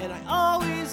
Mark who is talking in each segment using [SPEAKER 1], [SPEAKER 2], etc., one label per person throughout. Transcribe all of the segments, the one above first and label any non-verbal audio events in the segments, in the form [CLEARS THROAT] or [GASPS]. [SPEAKER 1] And I always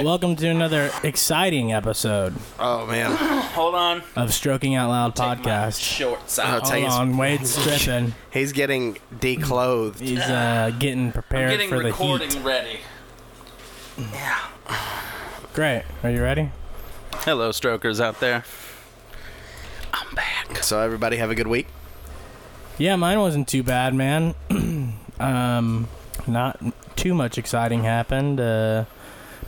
[SPEAKER 2] Welcome to another exciting episode [LAUGHS]
[SPEAKER 3] Oh man,
[SPEAKER 4] Hold on.
[SPEAKER 2] of Stroking Out Loud
[SPEAKER 4] Take my
[SPEAKER 2] podcast.
[SPEAKER 4] Shorts
[SPEAKER 3] I'll
[SPEAKER 4] out.
[SPEAKER 3] tell
[SPEAKER 2] Hold
[SPEAKER 3] you,
[SPEAKER 2] on,
[SPEAKER 4] [LAUGHS]
[SPEAKER 2] Wade's stripping.
[SPEAKER 3] he's getting declothed.
[SPEAKER 2] He's uh, getting prepared
[SPEAKER 4] Getting
[SPEAKER 2] for the
[SPEAKER 4] recording
[SPEAKER 2] heat.
[SPEAKER 4] ready.
[SPEAKER 2] Great. Are you ready?
[SPEAKER 4] Hello, strokers out there.
[SPEAKER 3] So everybody have a good week.
[SPEAKER 2] Yeah, mine wasn't too bad, man. [CLEARS THROAT] um, not too much exciting happened. Uh,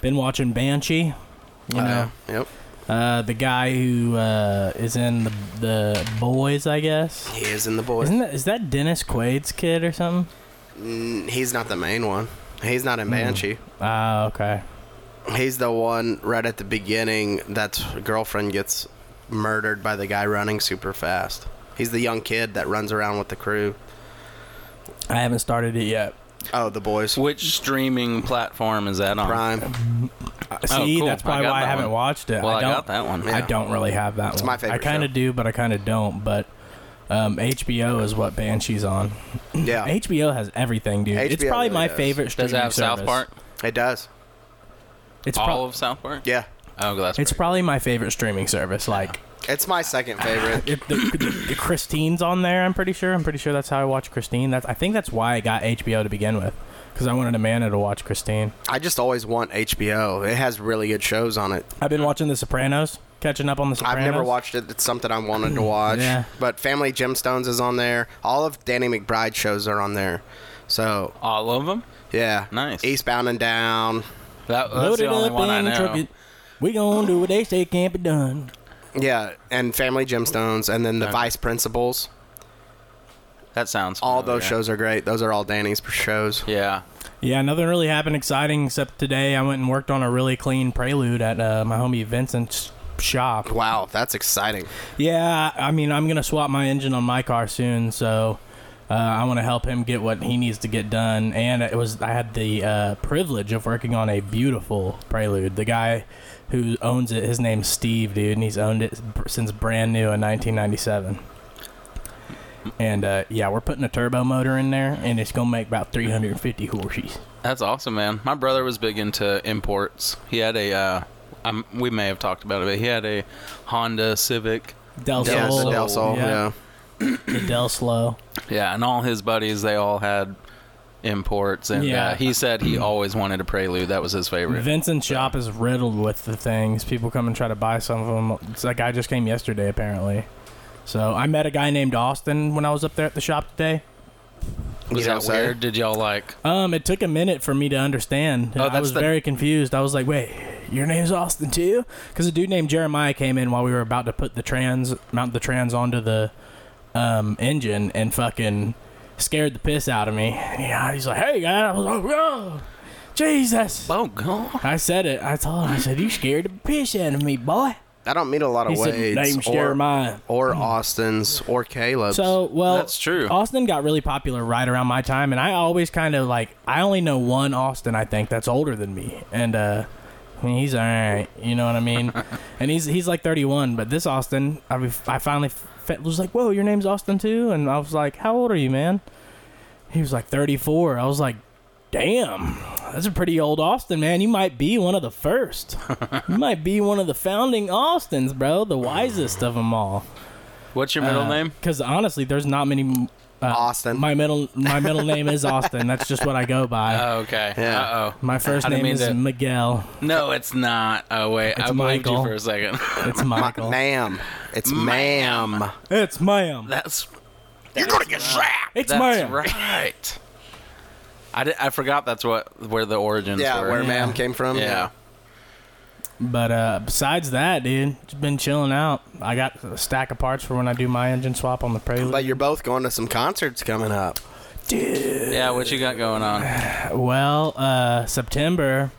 [SPEAKER 2] been watching Banshee.
[SPEAKER 4] Oh,
[SPEAKER 2] You know,
[SPEAKER 3] Uh, yep.
[SPEAKER 2] uh, the guy who uh, is in the the boys, I guess.
[SPEAKER 3] He is in the boys.
[SPEAKER 2] Isn't that is that Dennis Quaid's kid or something?
[SPEAKER 3] Mm, He's not the main one. He's not
[SPEAKER 2] Hmm.
[SPEAKER 3] in Banshee.
[SPEAKER 2] Ah, okay.
[SPEAKER 3] He's the one right at the beginning that's girlfriend gets murdered by the guy running super fast. He's the young kid that runs around with the crew.
[SPEAKER 2] I haven't started it yet.
[SPEAKER 3] Oh, the boys.
[SPEAKER 4] Which streaming platform is that on?
[SPEAKER 3] Prime.
[SPEAKER 2] uh,
[SPEAKER 4] Oh,
[SPEAKER 2] See,
[SPEAKER 4] cool.
[SPEAKER 2] that's
[SPEAKER 4] I
[SPEAKER 2] probably
[SPEAKER 4] got
[SPEAKER 2] why I
[SPEAKER 4] that
[SPEAKER 2] haven't
[SPEAKER 4] one.
[SPEAKER 2] watched it.
[SPEAKER 4] Well, I,
[SPEAKER 2] I don't.
[SPEAKER 4] got that one.
[SPEAKER 3] Yeah.
[SPEAKER 2] I don't really have that
[SPEAKER 3] It's
[SPEAKER 2] one.
[SPEAKER 3] my favorite
[SPEAKER 2] I kind of
[SPEAKER 3] show.
[SPEAKER 2] do, but I kind of don't. But um, HBO is what Banshee's on.
[SPEAKER 3] Yeah,
[SPEAKER 2] HBO has everything, dude. it's
[SPEAKER 3] HBO
[SPEAKER 2] probably
[SPEAKER 3] really
[SPEAKER 2] my
[SPEAKER 3] does.
[SPEAKER 2] favorite streaming
[SPEAKER 4] Does it have
[SPEAKER 2] service.
[SPEAKER 4] South Park?
[SPEAKER 3] it does.
[SPEAKER 2] It's
[SPEAKER 4] All
[SPEAKER 2] probably
[SPEAKER 4] of South Park?
[SPEAKER 3] Yeah,
[SPEAKER 4] Oh, that's
[SPEAKER 2] it's
[SPEAKER 4] great.
[SPEAKER 2] probably my favorite streaming service. Like
[SPEAKER 3] it's my second favorite.
[SPEAKER 2] if the, the, the Christine's on there, I'm pretty sure. I'm pretty sure that's how I watch Christine. That's I think that's why I got HBO to begin with, because I wanted Amanda to watch Christine.
[SPEAKER 3] I just always want HBO. It has really good shows on it.
[SPEAKER 2] I've been watching The Sopranos, catching up on The
[SPEAKER 3] I've
[SPEAKER 2] Sopranos.
[SPEAKER 3] never watched it. It's something I wanted to watch.
[SPEAKER 2] Yeah.
[SPEAKER 3] But Family Gemstones is on there. All of Danny McBride shows are on there. So
[SPEAKER 4] all of them.
[SPEAKER 3] yeah,
[SPEAKER 4] Nice.
[SPEAKER 3] Eastbound and Down.
[SPEAKER 4] That, that's
[SPEAKER 2] Load
[SPEAKER 4] the
[SPEAKER 2] it
[SPEAKER 4] only
[SPEAKER 2] up
[SPEAKER 4] one I
[SPEAKER 2] and truck
[SPEAKER 4] know.
[SPEAKER 2] it. We gonna do what they say can't be done.
[SPEAKER 3] Yeah, and Family Gemstones, and then the
[SPEAKER 4] Okay.
[SPEAKER 3] Vice Principals.
[SPEAKER 4] That sounds.
[SPEAKER 3] All those
[SPEAKER 4] familiar.
[SPEAKER 3] shows are great. Those are all Danny's shows.
[SPEAKER 4] Yeah.
[SPEAKER 2] Yeah, nothing really happened exciting except today I went and worked on a really clean prelude at uh, my homie Vincent's shop.
[SPEAKER 3] Wow, that's exciting.
[SPEAKER 2] Yeah, I mean, I'm going to swap my engine on my car soon, so uh, I want to help him get what he needs to get done. And it was I had the uh, privilege of working on a beautiful prelude. The guy who owns it, his name's Steve, dude, and he's owned it since brand new in 1997. And uh, yeah, we're putting a turbo motor in there, and it's gonna make about 350 horses.
[SPEAKER 4] That's awesome, man. My brother was big into imports. He had a, uh, um, we may have talked about it, but he had a Honda Civic.
[SPEAKER 2] Del
[SPEAKER 3] Yeah,
[SPEAKER 2] Sol,
[SPEAKER 3] the Del Sol. Yeah.
[SPEAKER 2] the Del Slow.
[SPEAKER 4] Yeah, and all his buddies, they all had imports. And
[SPEAKER 2] Yeah.
[SPEAKER 4] uh, he said he always wanted a Prelude. That was his favorite.
[SPEAKER 2] Vincent's shop is riddled with the things. People come and try to buy some of them. It's like I just came yesterday, apparently. So I met a guy named Austin when I was up there at the shop today.
[SPEAKER 4] was
[SPEAKER 3] You know
[SPEAKER 4] that
[SPEAKER 3] what I'm saying?
[SPEAKER 4] weird? Did y'all like?
[SPEAKER 2] Um, it took a minute for me to understand.
[SPEAKER 4] Oh,
[SPEAKER 2] I
[SPEAKER 4] that's
[SPEAKER 2] was
[SPEAKER 4] the-
[SPEAKER 2] very confused. I was like, "Wait, your name's Austin too?" Because a dude named Jeremiah came in while we were about to put the trans mount the trans onto the um, engine and fucking scared the piss out of me. Yeah, he's like, "Hey, guy," I was like, "Whoa, Jesus!"
[SPEAKER 4] Oh god!
[SPEAKER 2] I said it. I told him. I said, "You scared the piss out of me, boy."
[SPEAKER 3] I don't meet a lot of
[SPEAKER 2] He said,
[SPEAKER 3] Wade's
[SPEAKER 2] "Name's
[SPEAKER 3] or,
[SPEAKER 2] Jeremiah."
[SPEAKER 3] or Austin's or Caleb's.
[SPEAKER 2] So well, uh,
[SPEAKER 4] That's true.
[SPEAKER 2] Austin got really popular right around my time, and I always kind of like I only know one Austin I think that's older than me, and uh, I mean, he's all right, you know what I mean? and he's he's like 31, but this Austin, I mean, I finally fe- was like, whoa, your name's Austin too, and I was like, how old are you, man? He was like 34. I was like, damn, that's a pretty old Austin, man. You might be one of the first. you might be one of the founding Austins, bro, the wisest of them all.
[SPEAKER 4] What's your middle
[SPEAKER 2] uh,
[SPEAKER 4] name?
[SPEAKER 2] Because honestly, there's not many. Uh,
[SPEAKER 3] Austin.
[SPEAKER 2] My middle my middle name is Austin. That's just what I go by.
[SPEAKER 4] Oh, okay.
[SPEAKER 3] Yeah.
[SPEAKER 4] Uh oh.
[SPEAKER 2] my first
[SPEAKER 4] I didn't
[SPEAKER 2] name
[SPEAKER 4] mean
[SPEAKER 2] is
[SPEAKER 4] to-
[SPEAKER 2] Miguel.
[SPEAKER 4] No, it's not. Oh wait,
[SPEAKER 2] It's
[SPEAKER 4] I believed you
[SPEAKER 2] Michael.
[SPEAKER 4] for a second. [LAUGHS]
[SPEAKER 2] It's
[SPEAKER 3] Ma-
[SPEAKER 2] Michael.
[SPEAKER 3] ma'am, it's ma'am.
[SPEAKER 2] It's ma'am.
[SPEAKER 4] That's
[SPEAKER 3] You're gonna get slapped.
[SPEAKER 2] It's
[SPEAKER 4] that's
[SPEAKER 2] ma'am.
[SPEAKER 4] right. I, did, I forgot that's what where the origins
[SPEAKER 3] Yeah,
[SPEAKER 4] were.
[SPEAKER 3] where
[SPEAKER 2] Yeah.
[SPEAKER 3] ma'am came from.
[SPEAKER 4] yeah.
[SPEAKER 2] But uh, besides that, dude, just been chilling out. I got a stack of parts for when I do my engine swap on the Prelude.
[SPEAKER 3] But you're both going to some concerts coming up.
[SPEAKER 4] yeah, What you got going on?
[SPEAKER 2] well, uh, September,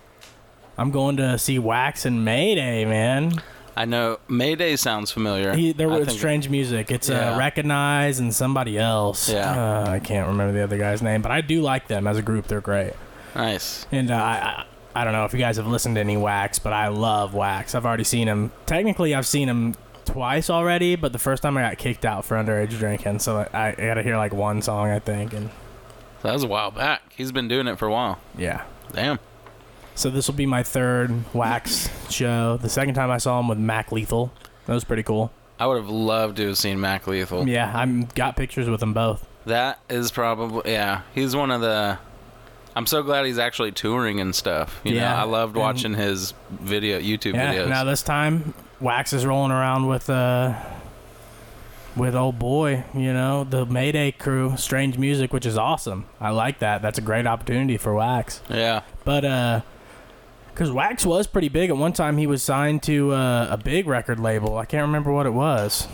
[SPEAKER 2] I'm going to see Wax and Mayday, man.
[SPEAKER 4] I know Mayday sounds familiar.
[SPEAKER 2] He, there
[SPEAKER 4] I
[SPEAKER 2] was
[SPEAKER 4] think-
[SPEAKER 2] strange music. It's
[SPEAKER 4] Yeah.
[SPEAKER 2] uh, recognize and somebody else.
[SPEAKER 4] Yeah.
[SPEAKER 2] uh, I can't remember the other guy's name, but I do like them as a group. They're great.
[SPEAKER 4] Nice.
[SPEAKER 2] And uh, I, I, I don't know if you guys have listened to any Wax, but I love Wax. I've already seen him. Technically, I've seen him twice already, but the first time I got kicked out for underage drinking, so I, I got to hear like one song, I think, and
[SPEAKER 4] That was a while back. He's been doing it for a while.
[SPEAKER 2] yeah.
[SPEAKER 4] Damn.
[SPEAKER 2] So this will be my third Wax show. The second time I saw him with Mac Lethal, that was pretty cool.
[SPEAKER 4] I would have loved to have seen Mac Lethal.
[SPEAKER 2] Yeah, I'm got pictures with them both.
[SPEAKER 4] That is probably yeah. He's one of the. I'm so glad he's actually touring and stuff. You know,
[SPEAKER 2] Yeah,
[SPEAKER 4] I loved
[SPEAKER 2] and-
[SPEAKER 4] watching his video, YouTube
[SPEAKER 2] Yeah.
[SPEAKER 4] videos.
[SPEAKER 2] Now this time, Wax is rolling around with uh with old boy, you know, the Mayday crew, Strange Music, which is awesome. I like that. That's a great opportunity for Wax.
[SPEAKER 4] yeah,
[SPEAKER 2] But uh cuz Wax was pretty big at one time. He was signed to uh, a big record label. I can't remember what it was.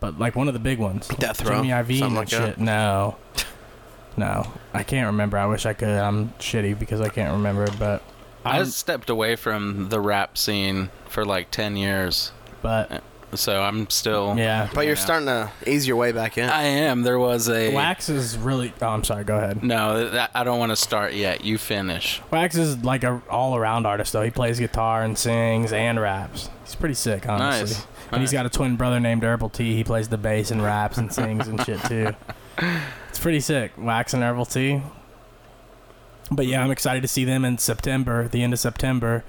[SPEAKER 2] But like one of the big ones.
[SPEAKER 3] Death Row,
[SPEAKER 2] Jimmy Iovine
[SPEAKER 3] something
[SPEAKER 2] and
[SPEAKER 3] like that.
[SPEAKER 2] shit. No. No. I can't remember. I wish I could. I'm shitty because I can't remember, but
[SPEAKER 4] I
[SPEAKER 2] I'm-
[SPEAKER 4] stepped away from the rap scene for like ten years,
[SPEAKER 2] but
[SPEAKER 4] so I'm still.
[SPEAKER 2] yeah.
[SPEAKER 3] But you're
[SPEAKER 4] Yeah. Uh,
[SPEAKER 3] starting to ease your way back in.
[SPEAKER 4] I am. There was a.
[SPEAKER 2] Wax is really. Oh, I'm sorry. Go ahead.
[SPEAKER 4] No, that, I don't want to start yet. You finish.
[SPEAKER 2] Wax is like a all-around artist, though. He plays guitar and sings and raps. He's pretty sick, honestly.
[SPEAKER 4] Nice.
[SPEAKER 2] And he's
[SPEAKER 4] Nice.
[SPEAKER 2] got a twin brother named Herbal T. He plays the bass and raps and sings and shit too. It's pretty sick. Wax and Herbal T. But yeah, I'm excited to see them in September, the end of September.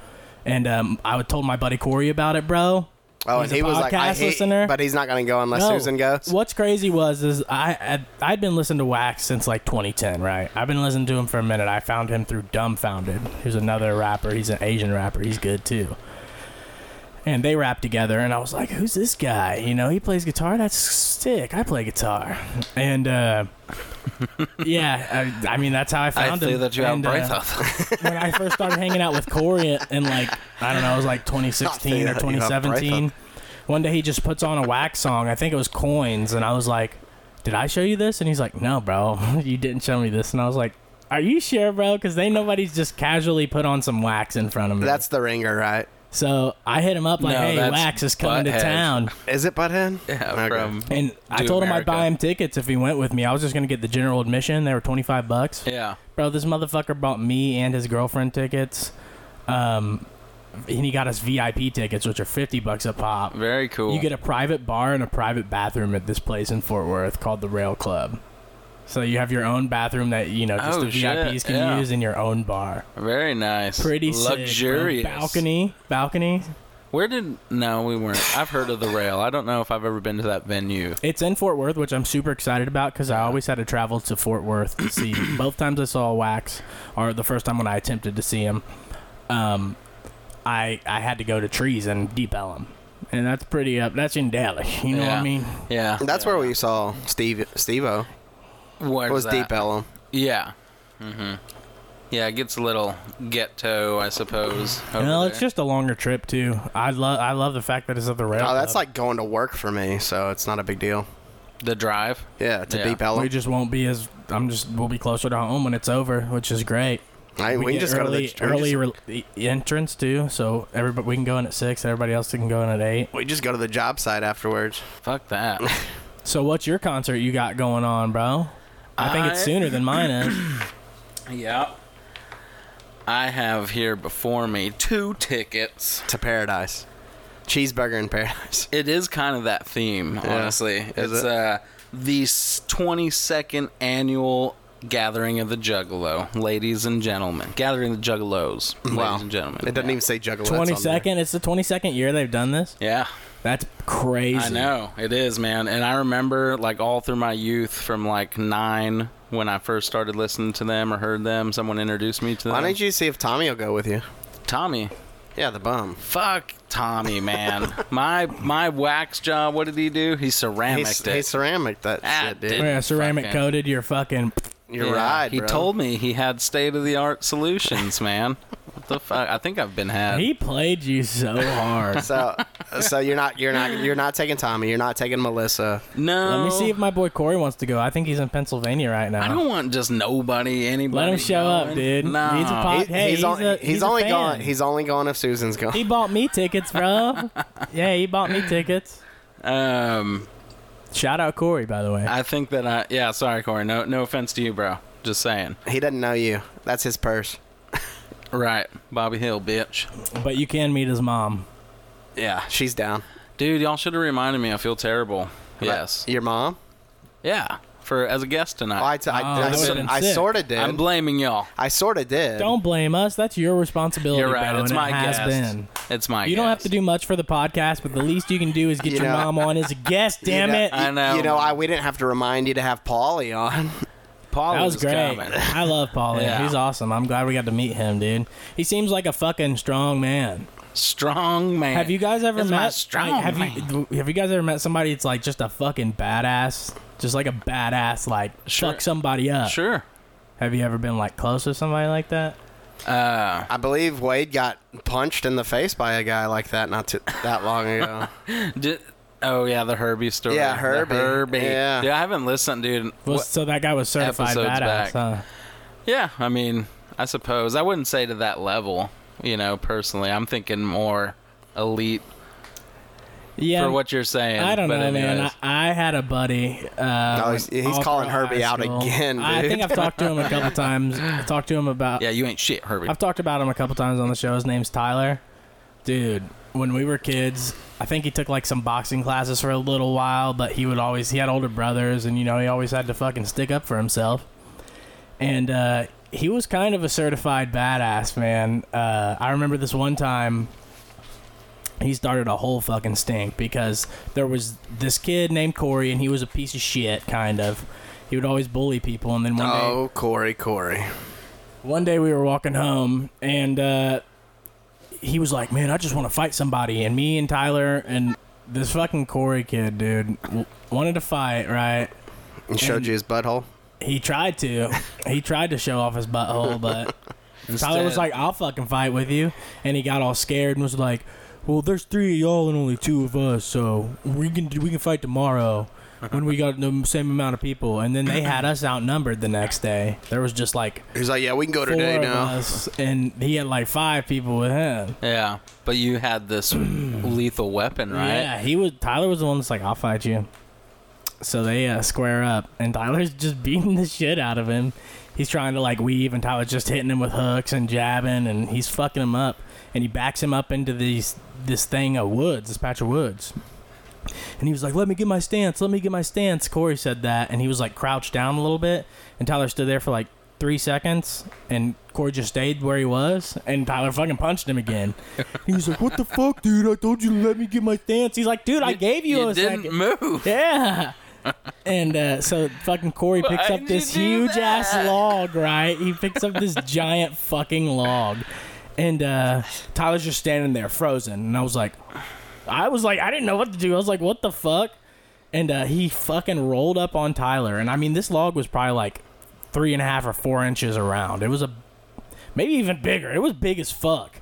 [SPEAKER 2] And um, I would told my buddy Corey about it, bro.
[SPEAKER 3] oh,
[SPEAKER 2] he's
[SPEAKER 3] and he
[SPEAKER 2] a
[SPEAKER 3] was like, I
[SPEAKER 2] podcast
[SPEAKER 3] hate,
[SPEAKER 2] listener.
[SPEAKER 3] but he's not going to go unless
[SPEAKER 2] No.
[SPEAKER 3] Susan goes.
[SPEAKER 2] What's crazy was is I I'd, I'd been listening to Wax since like 2010, right? I've been listening to him for a minute. I found him through Dumbfounded, who's another rapper. He's an Asian rapper. He's good too. And they rap together, and I was like, "Who's this guy? You know, he plays guitar. That's sick. I play guitar." And uh, [LAUGHS] yeah, I, I mean that's how I
[SPEAKER 4] I
[SPEAKER 2] found
[SPEAKER 4] see
[SPEAKER 2] him.
[SPEAKER 4] that you
[SPEAKER 2] And,
[SPEAKER 4] have
[SPEAKER 2] uh,
[SPEAKER 4] breath out.
[SPEAKER 2] when I first started hanging out with Corey in like I don't know, it was like 2016 or
[SPEAKER 3] I'll tell you that,
[SPEAKER 2] 2017.
[SPEAKER 3] right
[SPEAKER 2] One day he just puts on a wax song. I think it was Coins, and I was like, "Did I show you this?" And he's like, "No, bro, [LAUGHS] you didn't show me this." And I was like, "Are you sure, bro? Because they nobody's just casually put on some wax in front of me."
[SPEAKER 3] That's the ringer, right?
[SPEAKER 2] so I hit him up like,
[SPEAKER 4] No,
[SPEAKER 2] "Hey,
[SPEAKER 4] that's
[SPEAKER 2] wax is coming to
[SPEAKER 4] Butthead.
[SPEAKER 2] town."
[SPEAKER 3] Is it Butthead?
[SPEAKER 4] [LAUGHS] yeah,
[SPEAKER 3] Okay.
[SPEAKER 4] from
[SPEAKER 2] And I
[SPEAKER 4] Do
[SPEAKER 2] told him I'd
[SPEAKER 4] America.
[SPEAKER 2] buy him tickets if he went with me. I was just gonna get the general admission. They were twenty five bucks.
[SPEAKER 4] yeah.
[SPEAKER 2] Bro, this motherfucker bought me and his girlfriend tickets. Um, and he got us VIP tickets, which are 50 bucks a pop.
[SPEAKER 4] Very cool.
[SPEAKER 2] You get a private bar and a private bathroom at this place in Fort Worth called the Rail Club. So you have your own bathroom that, you know, just
[SPEAKER 4] Oh,
[SPEAKER 2] the VIPs
[SPEAKER 4] shit,
[SPEAKER 2] can
[SPEAKER 4] yeah.
[SPEAKER 2] use in your own bar.
[SPEAKER 4] very nice.
[SPEAKER 2] Pretty sick, bro.
[SPEAKER 4] luxurious
[SPEAKER 2] balcony. Balcony.
[SPEAKER 4] Where did? No, we weren't. I've heard of the rail. I don't know if I've ever been to that venue.
[SPEAKER 2] It's in Fort Worth, which I'm super excited about because I always had to travel to Fort Worth to
[SPEAKER 4] [CLEARS THROAT]
[SPEAKER 2] see. Both times I saw Wax, or the first time when I attempted to see him, um, I I had to go to Trees and Deep Ellum, and that's pretty up. That's in Dallas, you know what
[SPEAKER 4] Yeah.
[SPEAKER 2] I mean?
[SPEAKER 4] Yeah,
[SPEAKER 3] That's where we saw Steve Stevo.
[SPEAKER 4] Where's
[SPEAKER 3] It was
[SPEAKER 4] that?
[SPEAKER 3] Deep Ellum.
[SPEAKER 4] Yeah. hmm Yeah, it gets a little ghetto, I suppose. over
[SPEAKER 2] No, it's
[SPEAKER 4] there.
[SPEAKER 2] just a longer trip too. I love I love the fact that it's at the rail.
[SPEAKER 3] Oh, that's
[SPEAKER 2] Club.
[SPEAKER 3] like going to work for me, so it's not a big deal.
[SPEAKER 4] the drive.
[SPEAKER 3] Yeah, to
[SPEAKER 4] Yeah.
[SPEAKER 3] Deep
[SPEAKER 2] we
[SPEAKER 3] Ellum.
[SPEAKER 2] just won't be as I'm just we'll be closer to home when it's over, which is great.
[SPEAKER 3] I, we, can
[SPEAKER 2] get
[SPEAKER 3] just
[SPEAKER 2] early
[SPEAKER 3] go to the
[SPEAKER 2] early
[SPEAKER 3] We just,
[SPEAKER 2] re- entrance too, so everybody we can go in at six. Everybody else can go in at eight.
[SPEAKER 3] we just go to the job site afterwards.
[SPEAKER 4] Fuck that.
[SPEAKER 2] [LAUGHS] So what's your concert you got going on, bro? I think it's
[SPEAKER 4] I-
[SPEAKER 2] sooner than mine
[SPEAKER 4] [COUGHS]
[SPEAKER 2] is.
[SPEAKER 4] yeah. I have here before me two tickets.
[SPEAKER 3] To paradise. Cheeseburger in paradise. [LAUGHS]
[SPEAKER 4] It is kind of that theme, honestly.
[SPEAKER 3] Is
[SPEAKER 4] it's
[SPEAKER 3] it?
[SPEAKER 4] uh the s- 22nd annual gathering of the Juggalo, ladies and gentlemen. Gathering of
[SPEAKER 3] [CLEARS THROAT]
[SPEAKER 4] the Juggalos,
[SPEAKER 3] Wow.
[SPEAKER 4] ladies and gentlemen.
[SPEAKER 3] It doesn't
[SPEAKER 4] Yeah.
[SPEAKER 3] even say juggalo.
[SPEAKER 2] Twenty second. It's the twenty second year they've done this.
[SPEAKER 4] Yeah.
[SPEAKER 2] That's crazy.
[SPEAKER 4] I know it is, man. And I remember like all through my youth, from like nine when I first started listening to them or heard them. Someone introduced me to them.
[SPEAKER 3] Why don't you see if Tommy will go with you?
[SPEAKER 4] Tommy?
[SPEAKER 3] Yeah, the bum.
[SPEAKER 4] Fuck Tommy, man. [LAUGHS] my my wax job. What did he do? He ceramic
[SPEAKER 3] He's,
[SPEAKER 4] it.
[SPEAKER 3] he ceramic that
[SPEAKER 4] Ah,
[SPEAKER 3] shit, dude.
[SPEAKER 4] dude.
[SPEAKER 2] Oh, Yeah, ceramic
[SPEAKER 4] Fucking-
[SPEAKER 2] coated your fucking.
[SPEAKER 3] You're
[SPEAKER 4] Yeah,
[SPEAKER 3] right.
[SPEAKER 4] He
[SPEAKER 3] bro.
[SPEAKER 4] told [LAUGHS] me he had state of the
[SPEAKER 3] [LAUGHS]
[SPEAKER 4] art solutions, man. what the fuck? I think I've been had. [LAUGHS]
[SPEAKER 2] He played you so hard.
[SPEAKER 3] So so you're not you're not you're not taking Tommy. You're not taking Melissa.
[SPEAKER 4] No.
[SPEAKER 2] Let me see if my boy Corey wants to go. I think he's in Pennsylvania right now.
[SPEAKER 4] I don't want just nobody, anybody.
[SPEAKER 2] Let him show up,
[SPEAKER 4] going.
[SPEAKER 2] dude.
[SPEAKER 4] Nah.
[SPEAKER 2] He's a pop-
[SPEAKER 3] He-
[SPEAKER 2] hey, he's
[SPEAKER 3] on-
[SPEAKER 2] a- he's a
[SPEAKER 3] only
[SPEAKER 2] fan.
[SPEAKER 3] gone. He's only gone if Susan's gone.
[SPEAKER 2] he bought me tickets, bro.
[SPEAKER 4] [LAUGHS]
[SPEAKER 2] yeah, he bought me tickets.
[SPEAKER 4] um,
[SPEAKER 2] Shout out Corey, by the way.
[SPEAKER 4] I think that I. Yeah, sorry, Corey. No, no offense to you, bro. Just saying.
[SPEAKER 3] He doesn't know you. That's his purse.
[SPEAKER 4] Right, Bobby Hill, bitch.
[SPEAKER 2] but you can meet his mom.
[SPEAKER 4] Yeah,
[SPEAKER 3] She's down.
[SPEAKER 4] dude. Y'all should have reminded me. I feel terrible. Yes.
[SPEAKER 3] Your mom?
[SPEAKER 4] Yeah. For as a guest tonight.
[SPEAKER 3] Oh, I, t- I,
[SPEAKER 2] Oh,
[SPEAKER 3] I,
[SPEAKER 2] that
[SPEAKER 3] sor-
[SPEAKER 2] would've been
[SPEAKER 3] I
[SPEAKER 2] sick.
[SPEAKER 3] sort of did.
[SPEAKER 4] I'm blaming y'all.
[SPEAKER 3] I sort of did.
[SPEAKER 2] Don't blame us. That's your responsibility.
[SPEAKER 4] You're right.
[SPEAKER 2] bro,
[SPEAKER 4] It's
[SPEAKER 2] and
[SPEAKER 4] my
[SPEAKER 2] it has
[SPEAKER 4] guest.
[SPEAKER 2] been.
[SPEAKER 4] It's my.
[SPEAKER 2] You don't have to do much for the podcast, but the least you can do is get
[SPEAKER 3] You
[SPEAKER 2] your
[SPEAKER 3] know-
[SPEAKER 2] mom on
[SPEAKER 4] [LAUGHS]
[SPEAKER 2] as a guest.
[SPEAKER 3] You
[SPEAKER 2] Damn
[SPEAKER 3] know-
[SPEAKER 2] it!
[SPEAKER 4] I know. oh,
[SPEAKER 3] You know, I we didn't have to remind you to have Polly on.
[SPEAKER 4] Paul
[SPEAKER 2] That was great.
[SPEAKER 4] Coming.
[SPEAKER 2] [LAUGHS] I love Paulie.
[SPEAKER 4] Yeah.
[SPEAKER 2] He's awesome. I'm glad we got to meet him, dude. He seems like a fucking strong man.
[SPEAKER 4] Strong man.
[SPEAKER 2] Have you guys ever
[SPEAKER 4] It's my
[SPEAKER 2] met
[SPEAKER 4] strong
[SPEAKER 2] like, have
[SPEAKER 4] man.
[SPEAKER 2] you have you guys ever met somebody that's like just a fucking badass? Just like a badass, like
[SPEAKER 4] Sure.
[SPEAKER 2] fuck somebody up.
[SPEAKER 4] Sure.
[SPEAKER 2] Have you ever been like close with somebody like that?
[SPEAKER 4] Uh,
[SPEAKER 3] I believe Wade got punched in the face by a guy like that not too, that long
[SPEAKER 4] [LAUGHS]
[SPEAKER 3] ago.
[SPEAKER 4] did, oh yeah, the Herbie story.
[SPEAKER 3] Yeah,
[SPEAKER 4] The
[SPEAKER 3] Herbie.
[SPEAKER 4] Herbie.
[SPEAKER 3] Yeah.
[SPEAKER 4] Dude, I haven't listened, dude.
[SPEAKER 2] Was, so that guy was certified
[SPEAKER 4] episode's
[SPEAKER 2] badass,
[SPEAKER 4] back?
[SPEAKER 2] huh?
[SPEAKER 4] Yeah, I mean, I suppose I wouldn't say to that level. You know, personally, I'm thinking more elite
[SPEAKER 2] Yeah.
[SPEAKER 4] for what you're saying.
[SPEAKER 2] I don't
[SPEAKER 4] but
[SPEAKER 2] know, man.
[SPEAKER 4] anyways.
[SPEAKER 2] I, I had a buddy. Uh,
[SPEAKER 3] No, Oh, he's- he's
[SPEAKER 2] all
[SPEAKER 3] calling
[SPEAKER 2] throughout
[SPEAKER 3] Herbie
[SPEAKER 2] high
[SPEAKER 3] out
[SPEAKER 2] school.
[SPEAKER 3] again,
[SPEAKER 2] I
[SPEAKER 3] dude.
[SPEAKER 2] think I've talked to him a couple
[SPEAKER 3] [LAUGHS]
[SPEAKER 2] times. I talked to him about
[SPEAKER 4] yeah, you ain't shit, Herbie.
[SPEAKER 2] I've talked about him a couple times on the show. His name's Tyler. Dude, when we were kids, I think he took like some boxing classes for a little while, but he would always he had older brothers and you know, he always had to fucking stick up for himself. And uh he was kind of a certified badass, man. Uh I remember this one time he started a whole fucking stink because there was this kid named Corey and he was a piece of shit kind of. He would always bully people and then one day
[SPEAKER 3] oh, Corey, Corey.
[SPEAKER 2] one day we were walking home and uh, he was like man i just want to fight somebody and me and tyler and this fucking corey kid dude w- wanted to fight right
[SPEAKER 3] He showed you his butthole.
[SPEAKER 2] he tried to he tried to show off his butthole but tyler was
[SPEAKER 4] Instead-
[SPEAKER 2] like i'll fucking fight with you and he got all scared and was like well there's three of y'all and only two of us so we can we can fight tomorrow when we got the same amount of people and then they had us outnumbered the next day there was just like
[SPEAKER 3] He's like, yeah, we can go
[SPEAKER 2] four
[SPEAKER 3] today
[SPEAKER 2] of
[SPEAKER 3] now.
[SPEAKER 2] us, and he had like five people with him.
[SPEAKER 4] yeah, but you
[SPEAKER 2] [CLEARS THROAT]
[SPEAKER 4] had this lethal weapon, right?
[SPEAKER 2] Yeah, he was. Tyler was the one that's like, "I'll fight you." So they uh, square up, and Tyler's just [LAUGHS] beating the shit out of him. He's trying to like weave, and Tyler's just hitting him with hooks and jabbing, and he's fucking him up. And he backs him up into these this thing of woods, this patch of woods. And he was like, "Let me get my stance. Let me get my stance." Corey said that, and he was like crouched down a little bit, and Tyler stood there for like three seconds, and Corey just stayed where he was, and Tyler fucking punched him [LAUGHS] again. he was like, "What the fuck, dude? I told you to let me get my stance." He's like, "Dude, I gave you, a
[SPEAKER 4] didn't
[SPEAKER 2] second. [LAUGHS]
[SPEAKER 4] move.
[SPEAKER 2] Yeah. And uh, so fucking Corey picks
[SPEAKER 4] Why
[SPEAKER 2] up
[SPEAKER 4] did
[SPEAKER 2] this
[SPEAKER 4] you do
[SPEAKER 2] huge ass
[SPEAKER 4] that?
[SPEAKER 2] log, right? He picks up this giant fucking log. And uh, Tyler's just standing there frozen. And I was like, I was like, I didn't know what to do. I was like, what the fuck? And uh, he fucking rolled up on Tyler. And I mean, this log was probably like three and a half or four inches around. It was a maybe even bigger. It was big as fuck.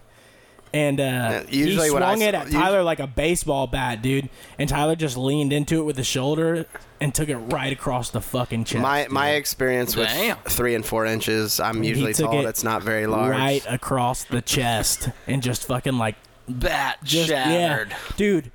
[SPEAKER 2] And uh,
[SPEAKER 3] usually
[SPEAKER 2] he
[SPEAKER 3] when I
[SPEAKER 2] swung
[SPEAKER 3] s-
[SPEAKER 2] it at
[SPEAKER 3] usu-
[SPEAKER 2] Tyler like a baseball bat, dude. And Tyler just leaned into it with his shoulder and took it right across the fucking chest.
[SPEAKER 3] My my experience with
[SPEAKER 4] Damn.
[SPEAKER 3] three and four inches. I'm usually
[SPEAKER 2] took
[SPEAKER 3] told
[SPEAKER 2] it
[SPEAKER 3] it's not very large.
[SPEAKER 2] right across the chest and just fucking like
[SPEAKER 4] Bat
[SPEAKER 2] just
[SPEAKER 4] shattered.
[SPEAKER 2] yeah, dude.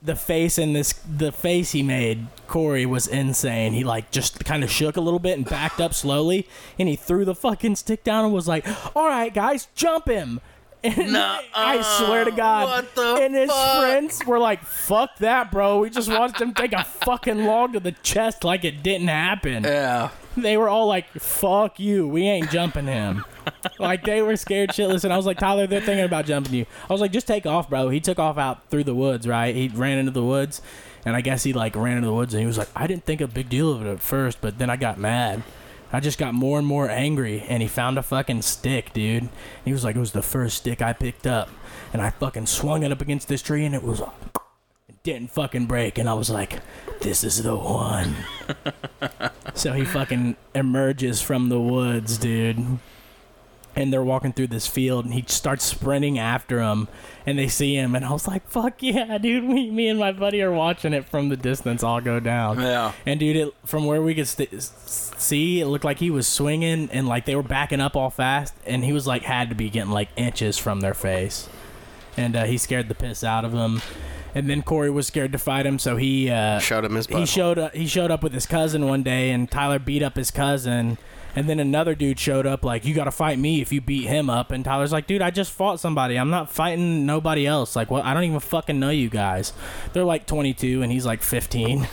[SPEAKER 2] The face in this, the face he made, Corey was insane. He like just kind of shook a little bit and backed up slowly, and he threw the fucking stick down and was like, "All right, guys, jump him." And
[SPEAKER 4] Nuh-uh.
[SPEAKER 2] I swear to God,
[SPEAKER 4] What the
[SPEAKER 2] and his
[SPEAKER 4] fuck?
[SPEAKER 2] friends were like, "Fuck that, bro! We just watched him take a fucking log to the chest like it didn't happen."
[SPEAKER 4] Yeah.
[SPEAKER 2] [LAUGHS] they were all like, "Fuck you, we ain't jumping him." [LAUGHS] like they were scared shitless, and I was like, "Tyler, they're thinking about jumping you." I was like, "Just take off, bro." He took off out through the woods, right? He ran into the woods, and I guess he like ran into the woods, and he was like, "I didn't think a big deal of it at first, but then I got mad." I just got more and more angry, and he found a fucking stick, dude. And he was like, "It was the first stick I picked up, and I fucking swung it up against this tree, and it was." It didn't fucking break, and I was like, "This is the one." So he fucking emerges from the woods, dude. and they're walking through this field and he starts sprinting after him and they see him and I was like, "Fuck yeah, dude, [LAUGHS] me, me and my buddy are watching it from the distance all go down."
[SPEAKER 4] Yeah.
[SPEAKER 2] And dude, it, from where we could st- s- see, it looked like he was swinging and like they were backing up all fast and he was like had to be getting like inches from their face. And uh, he scared the piss out of him. And then Corey was scared to fight him, so he uh,
[SPEAKER 3] Showed him his butt.
[SPEAKER 2] he showed up he showed up with his cousin one day and Tyler beat up his cousin and then another dude showed up like you got to fight me if you beat him up and Tyler's like dude I just fought somebody I'm not fighting nobody else like what I don't even fucking know you guys they're like 22 and he's like [LAUGHS] 15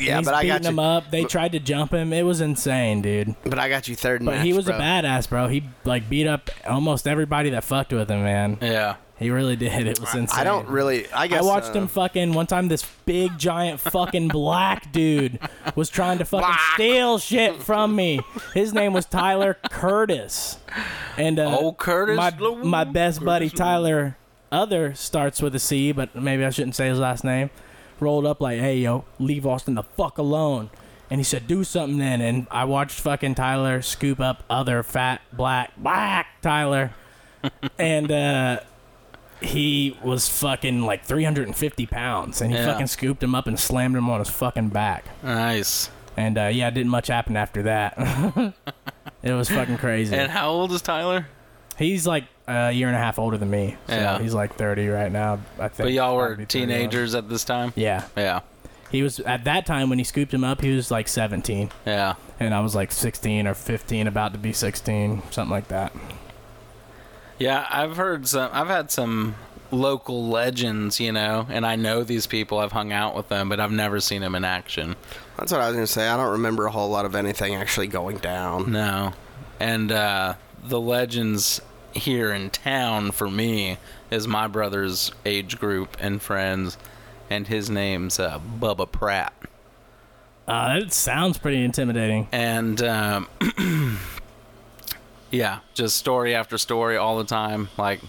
[SPEAKER 3] yeah,
[SPEAKER 2] he's
[SPEAKER 3] but I
[SPEAKER 2] beating
[SPEAKER 3] got you.
[SPEAKER 2] him up they tried to jump him it was insane dude
[SPEAKER 3] But I got you third
[SPEAKER 2] but
[SPEAKER 3] match.
[SPEAKER 2] he was
[SPEAKER 3] bro.
[SPEAKER 2] a badass bro he like beat up almost everybody that fucked with him man
[SPEAKER 4] Yeah.
[SPEAKER 2] he really did it was insane
[SPEAKER 3] I don't really. I
[SPEAKER 2] I
[SPEAKER 3] guess
[SPEAKER 2] watched
[SPEAKER 3] uh,
[SPEAKER 2] him fucking one time. This big giant fucking black dude was trying to fucking steal shit from me. His name was Tyler Curtis, and uh,
[SPEAKER 4] Oh, Curtis
[SPEAKER 2] my
[SPEAKER 4] Lou-
[SPEAKER 2] my best buddy
[SPEAKER 4] Curtis Lou.
[SPEAKER 2] Tyler Other starts with a C, but maybe I shouldn't say his last name. Rolled up like, hey yo, leave Austin the fuck alone. And he said, do something then. And I watched fucking Tyler scoop up other fat black black Tyler, and. uh he was fucking like 350 pounds and he
[SPEAKER 4] Yeah.
[SPEAKER 2] fucking scooped him up and slammed him on his fucking back
[SPEAKER 4] Nice.
[SPEAKER 2] and uh, yeah didn't much happen after that [LAUGHS] it was fucking crazy
[SPEAKER 4] And how old is Tyler?
[SPEAKER 2] he's like a year and a half older than me so
[SPEAKER 4] Yeah.
[SPEAKER 2] he's like 30 right now i think
[SPEAKER 4] But y'all were
[SPEAKER 2] Probably 31.
[SPEAKER 4] teenagers at this time.
[SPEAKER 2] yeah
[SPEAKER 4] Yeah.
[SPEAKER 2] he was at that time when he scooped him up he was like 17
[SPEAKER 4] Yeah.
[SPEAKER 2] and i was like 16 or 15 about to be 16 something like that
[SPEAKER 4] Yeah, I've heard some. I've had some local legends, you know, and I know these people. I've hung out with them, but I've never seen them in action.
[SPEAKER 3] That's what I was gonna say. I don't remember a whole lot of anything actually going
[SPEAKER 2] Hmm.
[SPEAKER 3] down.
[SPEAKER 4] No, and uh, the legends here in town for me is my brother's age group and friends, and his name's uh, Bubba Pratt.
[SPEAKER 2] uh, that sounds pretty intimidating
[SPEAKER 4] and um, [CLEARS THROAT] yeah, just story after story all the time. Like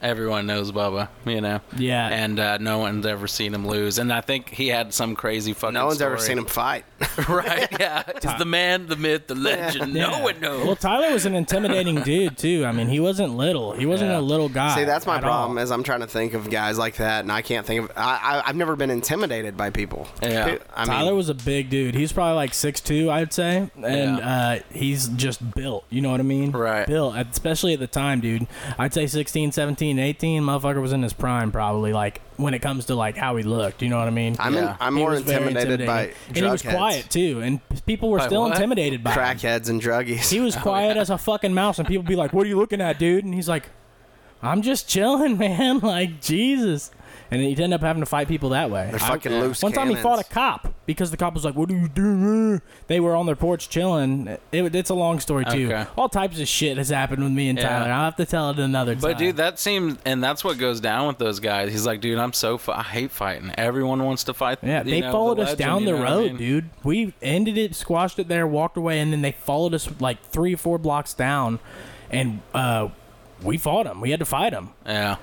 [SPEAKER 4] everyone knows Bubba, you know.
[SPEAKER 2] Yeah.
[SPEAKER 4] and uh, no one's ever seen him lose. And I think he had some crazy fucking.
[SPEAKER 3] No one's ever
[SPEAKER 4] story. [LAUGHS]
[SPEAKER 3] seen him fight. [LAUGHS]
[SPEAKER 4] right? Yeah, he's the man, the myth, the legend.
[SPEAKER 2] Yeah.
[SPEAKER 4] No one knows.
[SPEAKER 2] Well, Tyler was an intimidating [LAUGHS] dude too. I mean, he wasn't little. He wasn't
[SPEAKER 4] Yeah.
[SPEAKER 2] a little guy.
[SPEAKER 3] See, that's my
[SPEAKER 2] at all.
[SPEAKER 3] problem is I'm trying to think of guys like that, and I can't think of. I, I I've never been intimidated by people.
[SPEAKER 4] Yeah.
[SPEAKER 3] I mean,
[SPEAKER 2] Tyler was a big dude. He's probably like 6'2", I'd say, and uh, he's just built. You know what I mean?
[SPEAKER 4] Right.
[SPEAKER 2] Built, especially at the time, dude. I'd say 16, 17, 18, motherfucker was in his prime probably. Like when it comes to like how he looked, you know what I mean?
[SPEAKER 3] I'm in-
[SPEAKER 4] Yeah.
[SPEAKER 3] I'm
[SPEAKER 2] He
[SPEAKER 3] more
[SPEAKER 2] was very
[SPEAKER 3] intimidated by
[SPEAKER 2] and he was
[SPEAKER 3] drugheads.
[SPEAKER 2] quiet too, and people were
[SPEAKER 4] By
[SPEAKER 2] still
[SPEAKER 4] what?
[SPEAKER 2] intimidated by him.
[SPEAKER 3] crackheads and druggies.
[SPEAKER 2] He was
[SPEAKER 4] Oh,
[SPEAKER 2] quiet as a fucking mouse, and people be like, "What are you looking at, dude?" And he's like, "I'm just chilling, [LAUGHS] man. Like Jesus." And he'd end up having to fight people that way.
[SPEAKER 3] They're fucking loose.
[SPEAKER 2] One time he
[SPEAKER 3] cannons.
[SPEAKER 2] fought a cop because the cop was like, "What are you doing?" They were on their porch chilling. It, it's a long story too.
[SPEAKER 4] Okay.
[SPEAKER 2] All types of shit has happened with me and
[SPEAKER 4] Yeah.
[SPEAKER 2] Tyler. I'll have to tell it another time.
[SPEAKER 4] But dude, that seems, and that's what goes down with those guys. He's like, dude, I'm so, fu- I hate fighting. Everyone wants to fight.
[SPEAKER 2] yeah,
[SPEAKER 4] you
[SPEAKER 2] they
[SPEAKER 4] know,
[SPEAKER 2] followed
[SPEAKER 4] the
[SPEAKER 2] us
[SPEAKER 4] legend,
[SPEAKER 2] down
[SPEAKER 4] you
[SPEAKER 2] the
[SPEAKER 4] know what I
[SPEAKER 2] road,
[SPEAKER 4] mean?
[SPEAKER 2] dude. We ended it, squashed it there, walked away, and then they followed us like three, four blocks down, and uh, we fought them. We had to fight them.
[SPEAKER 4] Yeah,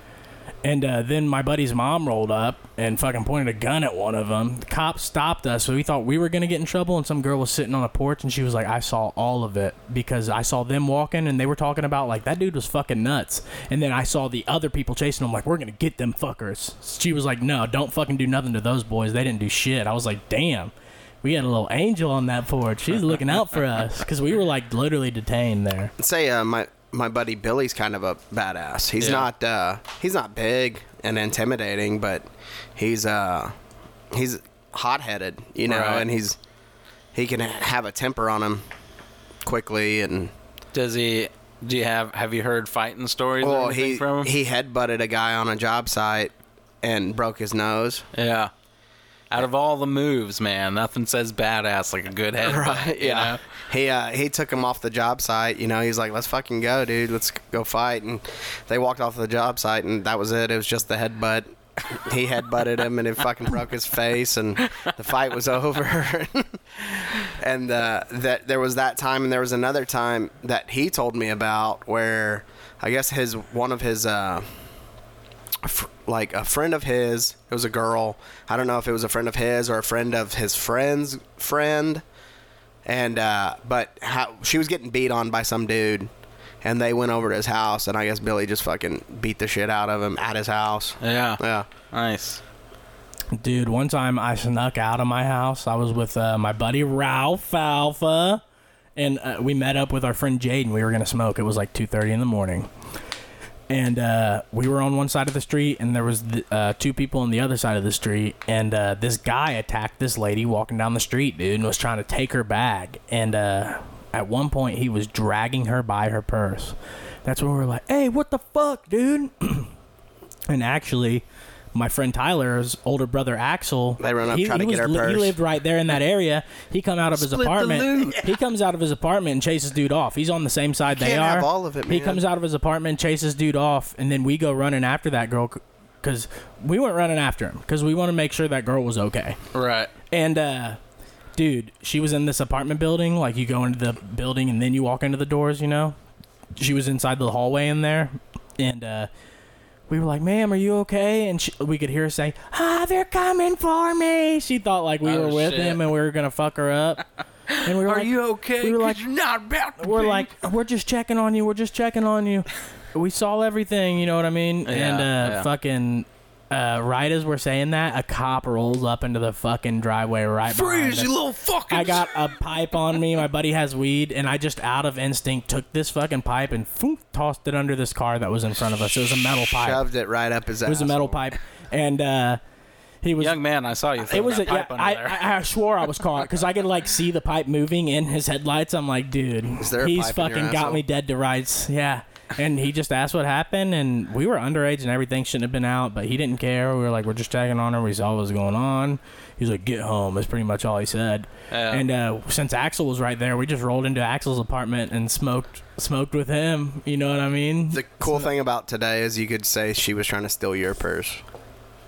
[SPEAKER 2] And uh, then my buddy's mom rolled up and fucking pointed a gun at one of them. The cop stopped us, so we thought we were gonna get in trouble. And some girl was sitting on a porch, and she was like, "I saw all of it because I saw them walking, and they were talking about like that dude was fucking nuts." And then I saw the other people chasing him, like, "We're gonna get them fuckers." She was like, "No, don't fucking do nothing to those boys. They didn't do shit." I was like, "Damn." We had a little angel on that porch. She's looking out for us because we were like literally detained there.
[SPEAKER 3] say uh, my my buddy Billy's kind of a badass. He's
[SPEAKER 4] Yeah.
[SPEAKER 3] not uh, he's not big and intimidating, but he's uh he's hot headed, you know,
[SPEAKER 4] Right.
[SPEAKER 3] and he's he can have a temper on him quickly and
[SPEAKER 4] does he? Do you have? Have you heard fighting stories?
[SPEAKER 3] well
[SPEAKER 4] or anything
[SPEAKER 3] he
[SPEAKER 4] from him?
[SPEAKER 3] he headbutted a guy on a job site and broke his nose.
[SPEAKER 4] Yeah. Out of all the moves, man, nothing says badass like a
[SPEAKER 3] [LAUGHS]
[SPEAKER 4] good head. [LAUGHS] Right. Yeah.
[SPEAKER 3] He uh, he took him off the job site. You know, he's like, "Let's fucking go, dude. Let's go fight." And they walked off the job site, and that was it. It was just the headbutt. he headbutted him, and it fucking broke his face, and the fight was [LAUGHS] over. and uh, that there was that time, and there was another time that he told me about where I guess his one of his. Uh, fr- like a friend of his it was a girl i don't know if it was a friend of his or a friend of his friend's friend and uh but how, she was getting beat on by some dude and they went over to his house, and I guess Billy just fucking beat the shit out of him at his house.
[SPEAKER 4] Yeah.
[SPEAKER 3] Yeah.
[SPEAKER 4] Nice.
[SPEAKER 2] Dude, one time I snuck out of my house. I was with uh, my buddy Ralph Alpha, and uh, we met up with our friend Jaden. We were gonna smoke. It was like two thirty in the morning, and uh, we were on one side of the street, and there was th- uh, two people on the other side of the street, and uh, this guy attacked this lady walking down the street, dude, and was trying to take her bag, and uh, at one point he was dragging her by her purse. That's when we were like, "Hey, what the fuck, dude?" [CLEARS THROAT] And actually, my friend Tyler's older brother Axel,
[SPEAKER 3] They run up,
[SPEAKER 2] he,
[SPEAKER 3] try to
[SPEAKER 2] he
[SPEAKER 3] get
[SPEAKER 2] was
[SPEAKER 3] her
[SPEAKER 2] li- He
[SPEAKER 3] purse.
[SPEAKER 2] lived right there in that area. He come out of his apartment. He comes out of his apartment and chases dude off. He's on the same side they
[SPEAKER 3] can't
[SPEAKER 2] are.
[SPEAKER 3] have all of it,
[SPEAKER 2] He
[SPEAKER 3] man.
[SPEAKER 2] comes out of his apartment, chases dude off, and then we go running after that girl because we weren't running after him because we want to make sure that girl was okay.
[SPEAKER 4] Right.
[SPEAKER 2] And uh dude, she was in this apartment building, like you go into the building and then you walk into the doors, you know? She was inside the hallway in there and uh we were like, "Ma'am, are you okay?" And she, we could hear her say, "Ah, they're coming for me." She thought like we
[SPEAKER 4] Oh,
[SPEAKER 2] were with
[SPEAKER 4] shit.
[SPEAKER 2] him and we were gonna fuck her up. And we were
[SPEAKER 4] Are
[SPEAKER 2] like,
[SPEAKER 4] you okay?
[SPEAKER 2] we were
[SPEAKER 4] 'Cause
[SPEAKER 2] like-
[SPEAKER 4] you're not about to
[SPEAKER 2] we're
[SPEAKER 4] be.
[SPEAKER 2] like, we're just checking on you. We're just checking on you. We saw everything. You know what I mean? and uh,
[SPEAKER 4] yeah.
[SPEAKER 2] fucking. Uh, right as we're saying that, a cop rolls up into the fucking driveway right behind
[SPEAKER 4] freeze,
[SPEAKER 2] us.
[SPEAKER 4] you little fucking.
[SPEAKER 2] I got a pipe on me. My buddy has weed, and I just out of instinct took this fucking pipe and phoom, tossed it under this car that was in front of us. It was a metal pipe.
[SPEAKER 3] Shoved it right up his ass.
[SPEAKER 2] It was a metal pipe, and uh, he was
[SPEAKER 4] [LAUGHS] young man. I saw you.
[SPEAKER 2] it was a,
[SPEAKER 4] that
[SPEAKER 2] yeah,
[SPEAKER 4] pipe under
[SPEAKER 2] I,
[SPEAKER 4] there.
[SPEAKER 2] I, I swore I was caught because I could like see the pipe moving in his headlights. I'm like, dude,
[SPEAKER 3] there a
[SPEAKER 2] he's
[SPEAKER 3] pipe in your
[SPEAKER 2] fucking got
[SPEAKER 3] asshole?
[SPEAKER 2] me dead to rights. Yeah. And he just asked what happened, and we were underage and everything shouldn't have been out, but he didn't care. We were like, we're just tagging on her. We saw what was going on. He's like, get home. That's pretty much all he said.
[SPEAKER 4] Yeah.
[SPEAKER 2] And uh, since Axel was right there, we just rolled into Axel's apartment and smoked smoked with him. You know what I mean?
[SPEAKER 3] The cool thing about today is you could say she was trying to steal your purse.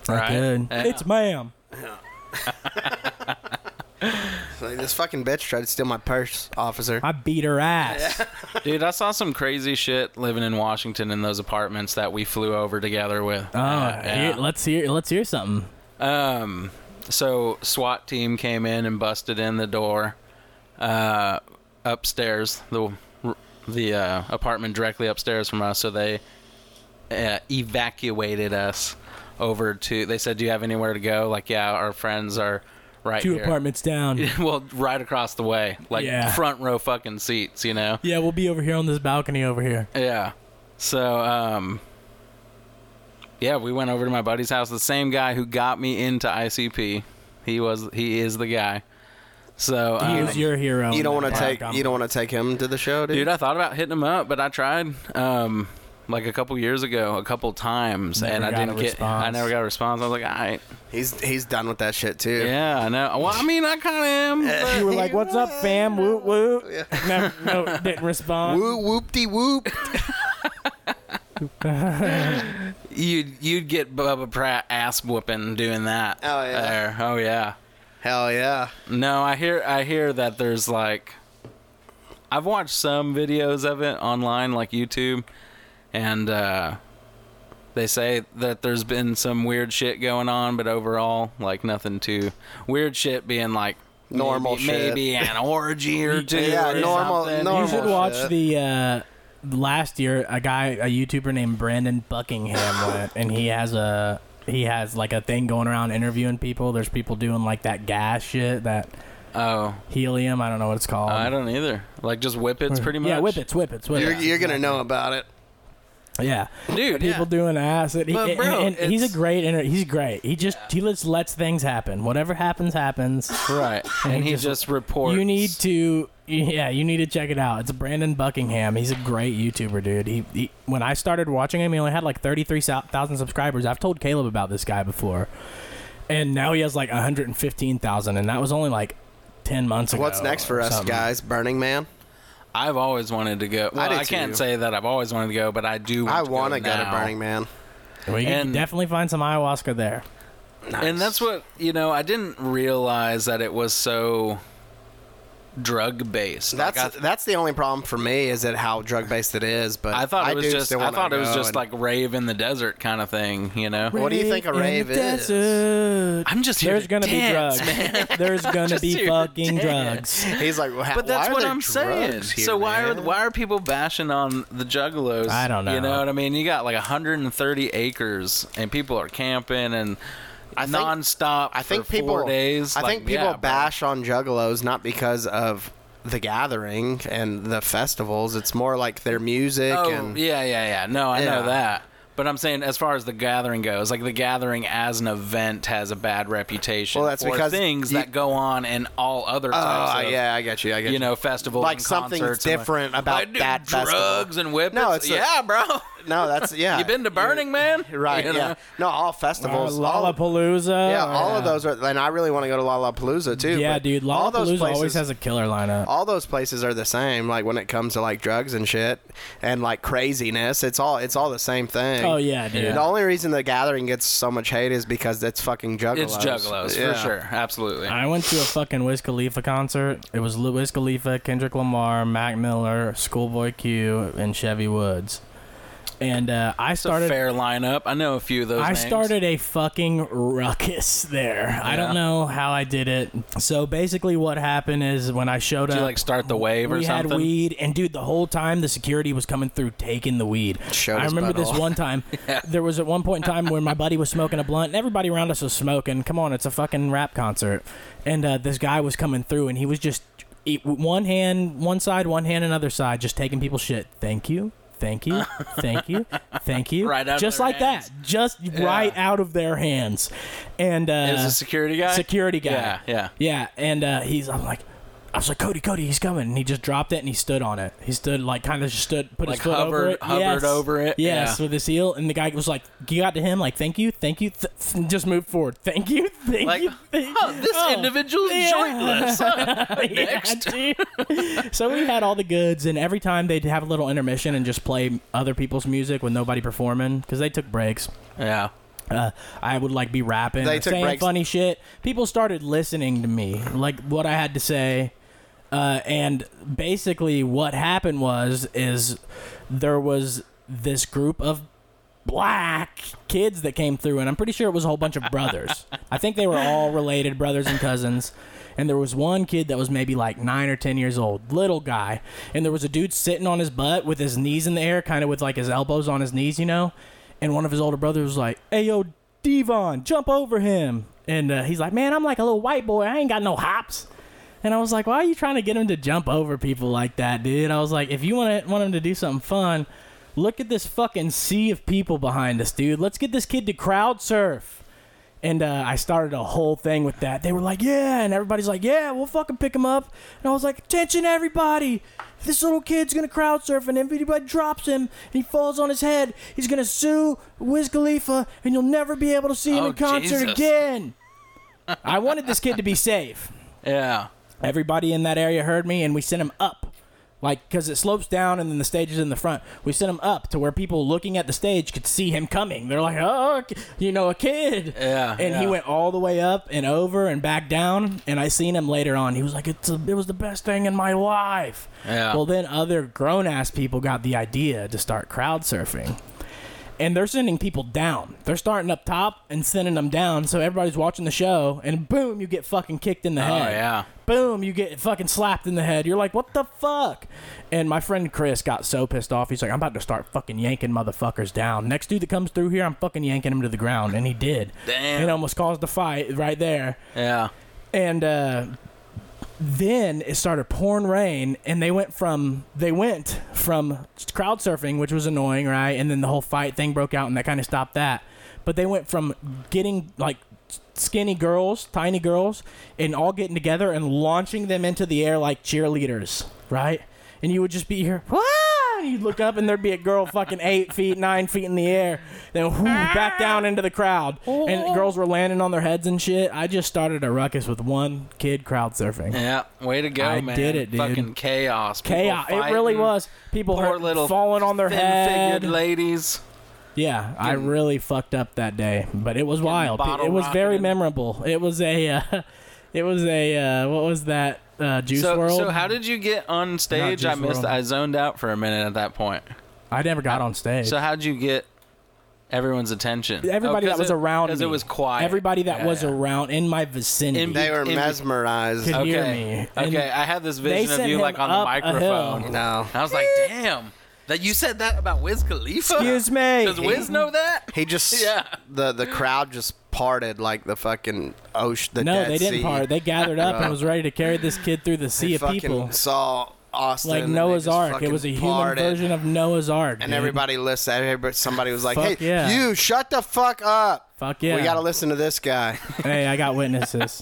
[SPEAKER 2] I
[SPEAKER 4] Right.
[SPEAKER 2] did.
[SPEAKER 4] Yeah.
[SPEAKER 2] It's ma'am.
[SPEAKER 3] Like, this fucking bitch tried to steal my purse, officer.
[SPEAKER 2] I beat her ass.
[SPEAKER 4] Dude, I saw some crazy shit living in Washington in those apartments that we flew over together with.
[SPEAKER 2] Oh,
[SPEAKER 4] Uh,
[SPEAKER 2] here- let's hear let's hear something.
[SPEAKER 4] Um, so SWAT team came in and busted in the door uh, upstairs, the the uh, apartment directly upstairs from us. So they uh, evacuated us over to. They said, "Do you have anywhere to go?" Like, yeah, our friends are right
[SPEAKER 2] Two
[SPEAKER 4] here.
[SPEAKER 2] apartments down.
[SPEAKER 4] [LAUGHS] well, right across the way, like
[SPEAKER 2] Yeah.
[SPEAKER 4] front row fucking seats, you know.
[SPEAKER 2] Yeah, we'll be over here on this balcony over here.
[SPEAKER 4] Yeah. So, um, yeah, we went over to my buddy's house. The same guy who got me into ICP. He was. He is the guy. So,
[SPEAKER 2] He
[SPEAKER 4] um,
[SPEAKER 2] was your hero.
[SPEAKER 3] you don't
[SPEAKER 2] in
[SPEAKER 3] want to
[SPEAKER 2] that
[SPEAKER 3] take
[SPEAKER 2] rom-com.
[SPEAKER 3] you don't want to take him to the show, dude.
[SPEAKER 4] dude, I thought about hitting him up, but I tried, um, like a couple years ago, a couple times,
[SPEAKER 2] Never
[SPEAKER 4] and I
[SPEAKER 2] got
[SPEAKER 4] didn't
[SPEAKER 2] a
[SPEAKER 4] get. I
[SPEAKER 2] response.
[SPEAKER 4] never got a response. I was like, all right.
[SPEAKER 3] he's he's done with that shit too.
[SPEAKER 4] Yeah, I know. Well, I mean, I
[SPEAKER 3] [LAUGHS]
[SPEAKER 4] kind of am. but-
[SPEAKER 2] You were like, "What's up, fam? Woot woot." No, [LAUGHS] no, didn't respond.
[SPEAKER 3] Whoop whoop
[SPEAKER 2] [LAUGHS]
[SPEAKER 3] de whoop.
[SPEAKER 4] You'd you'd get Bubba Pratt ass whooping doing that.
[SPEAKER 3] Oh, yeah.
[SPEAKER 4] There. Oh yeah.
[SPEAKER 3] Hell yeah.
[SPEAKER 4] No, I hear I hear that there's like I've watched some videos of it online like YouTube and uh they say that there's been some weird shit going on, but overall, like nothing too weird shit being like
[SPEAKER 3] Normal
[SPEAKER 4] maybe,
[SPEAKER 3] shit.
[SPEAKER 4] maybe an
[SPEAKER 3] [LAUGHS]
[SPEAKER 4] orgy or two.
[SPEAKER 3] Yeah,
[SPEAKER 4] or
[SPEAKER 3] normal-
[SPEAKER 4] something.
[SPEAKER 3] normal
[SPEAKER 2] You should
[SPEAKER 3] shit.
[SPEAKER 2] watch the uh, last year. A guy, a YouTuber named Brandon
[SPEAKER 3] [LAUGHS]
[SPEAKER 2] Buckingham, went, and he has a he has like a thing going around interviewing people. There's people doing like that gas shit, that
[SPEAKER 4] Oh,
[SPEAKER 2] helium. I don't know what it's called.
[SPEAKER 4] I don't either. Like just whippets, pretty much.
[SPEAKER 2] Yeah, whippets, whippets,
[SPEAKER 3] You're
[SPEAKER 2] whippets.
[SPEAKER 3] you're gonna know about it.
[SPEAKER 2] Yeah.
[SPEAKER 4] dude.
[SPEAKER 2] people
[SPEAKER 4] yeah.
[SPEAKER 2] doing acid. He,
[SPEAKER 4] But, bro,
[SPEAKER 2] and, and he's a
[SPEAKER 4] it's-
[SPEAKER 2] great. Inter- he's great. He just he just lets things happen. Whatever happens, happens. [LAUGHS]
[SPEAKER 4] right, and he
[SPEAKER 2] just-
[SPEAKER 4] just, reports.
[SPEAKER 2] You need to. Yeah, you need to check it out. It's Brandon Buckingham. He's a great YouTuber, dude. He, he when I started watching him, he only had like thirty three thousand subscribers. I've told Caleb about this guy before, and now he has like one hundred and fifteen thousand, and that was only like ten months ago.
[SPEAKER 3] What's next for
[SPEAKER 2] or
[SPEAKER 3] us,
[SPEAKER 2] something.
[SPEAKER 3] guys? Burning Man.
[SPEAKER 4] I've always wanted to go. Well,
[SPEAKER 3] do
[SPEAKER 4] I, can't
[SPEAKER 3] too.
[SPEAKER 4] say that I've always wanted to go, but I do. Want
[SPEAKER 3] I
[SPEAKER 4] to
[SPEAKER 3] want to go to
[SPEAKER 4] now.
[SPEAKER 3] Burning Man.
[SPEAKER 2] Well, you can
[SPEAKER 4] And-
[SPEAKER 2] definitely find some ayahuasca there.
[SPEAKER 4] And that's what you know. I didn't realize that it was so drug based.
[SPEAKER 3] That's
[SPEAKER 4] like I,
[SPEAKER 3] that's the only problem for me is that how drug based it is. But
[SPEAKER 4] I thought it was
[SPEAKER 3] do
[SPEAKER 4] just
[SPEAKER 3] still
[SPEAKER 4] I
[SPEAKER 3] wanna
[SPEAKER 4] thought it was
[SPEAKER 3] go
[SPEAKER 4] just
[SPEAKER 3] and-
[SPEAKER 4] like rave in the desert kind of thing, you know.
[SPEAKER 3] What do you think a
[SPEAKER 2] in the
[SPEAKER 3] rave is?
[SPEAKER 2] desert.
[SPEAKER 4] I'm just here
[SPEAKER 2] There's
[SPEAKER 4] to
[SPEAKER 2] gonna
[SPEAKER 4] dance,
[SPEAKER 2] be drugs. [LAUGHS] There's gonna
[SPEAKER 4] Just
[SPEAKER 2] be
[SPEAKER 4] here to
[SPEAKER 2] fucking
[SPEAKER 4] dance.
[SPEAKER 2] drugs.
[SPEAKER 3] He's like, well,
[SPEAKER 4] But that's
[SPEAKER 3] why are
[SPEAKER 4] what
[SPEAKER 3] there
[SPEAKER 4] I'm saying.
[SPEAKER 3] drugs Here,
[SPEAKER 4] So why are
[SPEAKER 3] man?
[SPEAKER 4] why are people bashing on the juggalos?
[SPEAKER 2] I don't know.
[SPEAKER 4] You know what I mean? You got like 130 acres, and people are camping and
[SPEAKER 3] I think-
[SPEAKER 4] nonstop.
[SPEAKER 3] I think
[SPEAKER 4] for
[SPEAKER 3] people
[SPEAKER 4] four days.
[SPEAKER 3] I
[SPEAKER 4] Like,
[SPEAKER 3] think people
[SPEAKER 4] yeah, bro.
[SPEAKER 3] bash on juggalos not because of the gathering and the festivals. It's more like their music
[SPEAKER 4] Oh
[SPEAKER 3] and
[SPEAKER 4] yeah, yeah, yeah. No, I
[SPEAKER 3] Yeah.
[SPEAKER 4] know that. But I'm saying, as far as the gathering goes, like the gathering as an event has a bad reputation
[SPEAKER 3] Well, that's
[SPEAKER 4] for
[SPEAKER 3] because
[SPEAKER 4] things
[SPEAKER 3] you-
[SPEAKER 4] that go on in all other
[SPEAKER 3] oh
[SPEAKER 4] types of
[SPEAKER 3] yeah, I get you. I get
[SPEAKER 4] you know festivals
[SPEAKER 3] like
[SPEAKER 4] and
[SPEAKER 3] something's
[SPEAKER 4] concerts and-
[SPEAKER 3] different about
[SPEAKER 4] I do
[SPEAKER 3] that
[SPEAKER 4] drugs
[SPEAKER 3] festival.
[SPEAKER 4] and whippets.
[SPEAKER 3] No, it's a-
[SPEAKER 4] yeah, bro.
[SPEAKER 3] No, that's yeah.
[SPEAKER 4] [LAUGHS] you been to Burning Man?
[SPEAKER 3] [LAUGHS] right?
[SPEAKER 4] [LAUGHS] You know?
[SPEAKER 3] Yeah. No, all
[SPEAKER 2] Or
[SPEAKER 3] festivals. all-
[SPEAKER 2] Lollapalooza.
[SPEAKER 3] Yeah,
[SPEAKER 2] or-
[SPEAKER 3] all of those are, and I really want to go to Lollapalooza too.
[SPEAKER 2] Yeah,
[SPEAKER 3] but
[SPEAKER 2] dude. Lollapalooza
[SPEAKER 3] all those places,
[SPEAKER 2] always has a killer lineup.
[SPEAKER 3] all those places are the same. Like when it comes to like drugs and shit and like craziness, it's all it's all the same thing.
[SPEAKER 2] Oh, yeah, dude.
[SPEAKER 3] The only reason the gathering gets so much hate is because it's fucking juggalos.
[SPEAKER 4] It's juggalos
[SPEAKER 3] Yeah.
[SPEAKER 4] for sure, absolutely.
[SPEAKER 2] I went to a fucking Wiz Khalifa concert. It was Lu- Wiz Khalifa, Kendrick Lamar, Mac Miller, Schoolboy Q, and Chevy Woods. And uh, I
[SPEAKER 4] It's a
[SPEAKER 2] started.
[SPEAKER 4] fair lineup. I know a few of those.
[SPEAKER 2] I
[SPEAKER 4] names.
[SPEAKER 2] started a fucking ruckus there. I don't
[SPEAKER 4] Yeah.
[SPEAKER 2] know how I did it. So basically, what happened is when I showed
[SPEAKER 4] Did
[SPEAKER 2] up,
[SPEAKER 4] you like start the wave or
[SPEAKER 2] uh, we
[SPEAKER 4] something?
[SPEAKER 2] had weed, and dude, the whole time the security was coming through taking the weed.
[SPEAKER 3] Showed
[SPEAKER 2] I
[SPEAKER 3] his
[SPEAKER 2] remember this
[SPEAKER 3] butthole.
[SPEAKER 2] one
[SPEAKER 4] [LAUGHS]
[SPEAKER 2] time. There was at one point in time where my buddy was smoking a blunt, and everybody around us was smoking. Come on, it's a fucking rap concert, and uh, this guy was coming through, and he was just he- one hand, one side, one hand, another side, just taking people's shit. Thank you. Thank you, thank you, thank you.
[SPEAKER 4] [LAUGHS] Right out of
[SPEAKER 2] just
[SPEAKER 4] their
[SPEAKER 2] like
[SPEAKER 4] hands.
[SPEAKER 2] that, just right out of their hands, and uh,
[SPEAKER 4] It was a security guy.
[SPEAKER 2] security guy.
[SPEAKER 4] Yeah, yeah.
[SPEAKER 2] Yeah, and uh, he's I'm like I was like Cody, Cody, he's coming, and he just dropped it and he stood on it. He stood like kind of just stood, put
[SPEAKER 4] Like,
[SPEAKER 2] his foot over
[SPEAKER 4] hovered-
[SPEAKER 2] it,
[SPEAKER 4] hovered
[SPEAKER 2] yes.
[SPEAKER 4] over it,
[SPEAKER 2] yes,
[SPEAKER 4] yeah.
[SPEAKER 2] with his heel, and the guy was like, he got to him like, thank you, thank you, th- th- just move forward, thank you, [LAUGHS] thank
[SPEAKER 4] Like,
[SPEAKER 2] you, thank
[SPEAKER 4] huh,
[SPEAKER 2] you. [LAUGHS]
[SPEAKER 4] this
[SPEAKER 2] Oh.
[SPEAKER 4] individual's
[SPEAKER 2] Yeah.
[SPEAKER 4] jointless.
[SPEAKER 2] [LAUGHS]
[SPEAKER 4] [LAUGHS]
[SPEAKER 2] Yeah,
[SPEAKER 4] Next.
[SPEAKER 2] dude. so we had all the goods, and every time they'd have a little intermission and just play other people's music with nobody performing because they took breaks
[SPEAKER 4] yeah.
[SPEAKER 2] uh, I would like be rapping,
[SPEAKER 3] They
[SPEAKER 2] or
[SPEAKER 3] took
[SPEAKER 2] saying
[SPEAKER 3] breaks.
[SPEAKER 2] funny shit. People started listening to me, like what I had to say, uh, and basically what happened was is there was this group of black kids that came through, and I'm pretty sure it was a whole bunch of brothers. I think they were all related, brothers and cousins. And there was one kid that was maybe like nine or ten years old, little guy. And there was a dude sitting on his butt with his knees in the air, kind of with like his elbows on his knees, you know. And one of his older brothers was like, "Hey yo, Devon, jump over him!" And uh, he's like, "Man, I'm like a little white boy. I ain't got no hops." And I was like, why are you trying to get him to jump over people like that, dude? I was like, if you want to want him to do something fun, look at this fucking sea of people behind us, dude. Let's get this kid to crowd surf. And uh, I started a whole thing with that. They were like, yeah. And everybody's like, yeah, we'll fucking pick him up. And I was like, attention, everybody. This little kid's going to crowd surf. And if anybody drops him and he falls on his head, he's going to sue Wiz Khalifa. And you'll never be able to see him
[SPEAKER 4] Oh,
[SPEAKER 2] in concert
[SPEAKER 4] Jesus.
[SPEAKER 2] again. I wanted this kid to be safe.
[SPEAKER 4] Yeah.
[SPEAKER 2] Everybody in that area heard me, and we sent him up. Like, because it slopes down, and then the stage is in the front. We sent him up to where people looking at the stage could see him coming. They're like, oh, k- you know, a kid.
[SPEAKER 4] Yeah,
[SPEAKER 2] And he
[SPEAKER 4] yeah.
[SPEAKER 2] went all the way up and over and back down. And I seen him later on. He was like, it's a, it was the best thing in my life.
[SPEAKER 4] Yeah.
[SPEAKER 2] Well, then other grown ass people got the idea to start crowd surfing. And they're sending people down. They're starting up top and sending them down. So everybody's watching the show, and boom, you get fucking kicked in the
[SPEAKER 4] Oh,
[SPEAKER 2] head
[SPEAKER 4] yeah.
[SPEAKER 2] boom, you get fucking slapped in the head. You're like, what the fuck? And my friend Chris got so pissed off. He's like, I'm about to start fucking yanking motherfuckers down. Next dude that comes through here, I'm fucking yanking him to the ground. And he did.
[SPEAKER 4] Damn.
[SPEAKER 2] It almost caused a fight right there.
[SPEAKER 4] Yeah.
[SPEAKER 2] And uh, then it started pouring rain, and they went from they went from crowd surfing, which was annoying, right? And then the whole fight thing broke out, and that kind of stopped that. But they went from getting like skinny girls, tiny girls, and all getting together and launching them into the air like cheerleaders, right? And you would just be here, "Wah!" and you'd look up and there'd be a girl fucking eight feet, nine feet in the air, then whoo, back down into the crowd. And girls were landing on their heads and shit. I just started a ruckus with one kid crowd surfing.
[SPEAKER 4] Yeah. Way to go,
[SPEAKER 2] I
[SPEAKER 4] man.
[SPEAKER 2] did it, dude.
[SPEAKER 4] Fucking chaos. People
[SPEAKER 2] Chaos. It really
[SPEAKER 4] fighting.
[SPEAKER 2] was. People
[SPEAKER 4] Poor
[SPEAKER 2] hurt,
[SPEAKER 4] little
[SPEAKER 2] falling on their head.
[SPEAKER 4] thin-figured ladies.
[SPEAKER 2] Yeah, I
[SPEAKER 4] Getting-
[SPEAKER 2] really fucked up that day, but it was wild.
[SPEAKER 4] bottle
[SPEAKER 2] It was very
[SPEAKER 4] rocketed.
[SPEAKER 2] memorable. It was a uh, [LAUGHS] It was a uh, what was that uh, Juice
[SPEAKER 4] so,
[SPEAKER 2] World?
[SPEAKER 4] so how did you get on stage?
[SPEAKER 2] Juice
[SPEAKER 4] I missed.
[SPEAKER 2] WRLD.
[SPEAKER 4] I zoned out for a minute at that point.
[SPEAKER 2] I never got on stage.
[SPEAKER 4] So how'd you get everyone's attention?
[SPEAKER 2] everybody
[SPEAKER 4] Oh, 'cause
[SPEAKER 2] that was
[SPEAKER 4] it-
[SPEAKER 2] around
[SPEAKER 4] Because
[SPEAKER 2] me,
[SPEAKER 4] it was quiet.
[SPEAKER 2] Everybody that
[SPEAKER 4] Yeah,
[SPEAKER 2] was
[SPEAKER 4] yeah.
[SPEAKER 2] around in my vicinity.
[SPEAKER 4] In-
[SPEAKER 3] They were
[SPEAKER 4] in-
[SPEAKER 3] mesmerized.
[SPEAKER 2] Could-
[SPEAKER 4] Okay.
[SPEAKER 2] hear me. And
[SPEAKER 4] Okay, I had this
[SPEAKER 2] they
[SPEAKER 4] vision of
[SPEAKER 2] sent
[SPEAKER 4] you
[SPEAKER 2] him
[SPEAKER 4] like on the
[SPEAKER 2] up a
[SPEAKER 4] microphone.
[SPEAKER 2] hill.
[SPEAKER 3] No.
[SPEAKER 4] And I was like, damn, that you said that about Wiz Khalifa.
[SPEAKER 2] Excuse me.
[SPEAKER 4] Does Wiz know that?
[SPEAKER 3] He just
[SPEAKER 4] Yeah.
[SPEAKER 3] the the crowd just parted like the fucking ocean. The
[SPEAKER 2] no,
[SPEAKER 3] Dead
[SPEAKER 2] they didn't
[SPEAKER 3] sea.
[SPEAKER 2] part. They gathered up
[SPEAKER 4] [LAUGHS]
[SPEAKER 2] and was ready to carry this kid through the
[SPEAKER 3] They
[SPEAKER 2] sea of
[SPEAKER 3] fucking
[SPEAKER 2] people,
[SPEAKER 3] saw Austin
[SPEAKER 2] like
[SPEAKER 3] and they
[SPEAKER 2] Noah's
[SPEAKER 3] just
[SPEAKER 2] Ark. It
[SPEAKER 3] fucking
[SPEAKER 2] was a human
[SPEAKER 3] parted.
[SPEAKER 2] version of Noah's Ark.
[SPEAKER 3] And
[SPEAKER 2] dude.
[SPEAKER 3] everybody listened. Everybody, somebody was like,
[SPEAKER 2] Fuck
[SPEAKER 3] "Hey,
[SPEAKER 2] yeah.
[SPEAKER 3] you shut the fuck up!
[SPEAKER 2] Fuck yeah.
[SPEAKER 3] We gotta listen to
[SPEAKER 2] [LAUGHS]
[SPEAKER 3] this guy."
[SPEAKER 2] Hey, I got
[SPEAKER 4] [LAUGHS]
[SPEAKER 2] witnesses.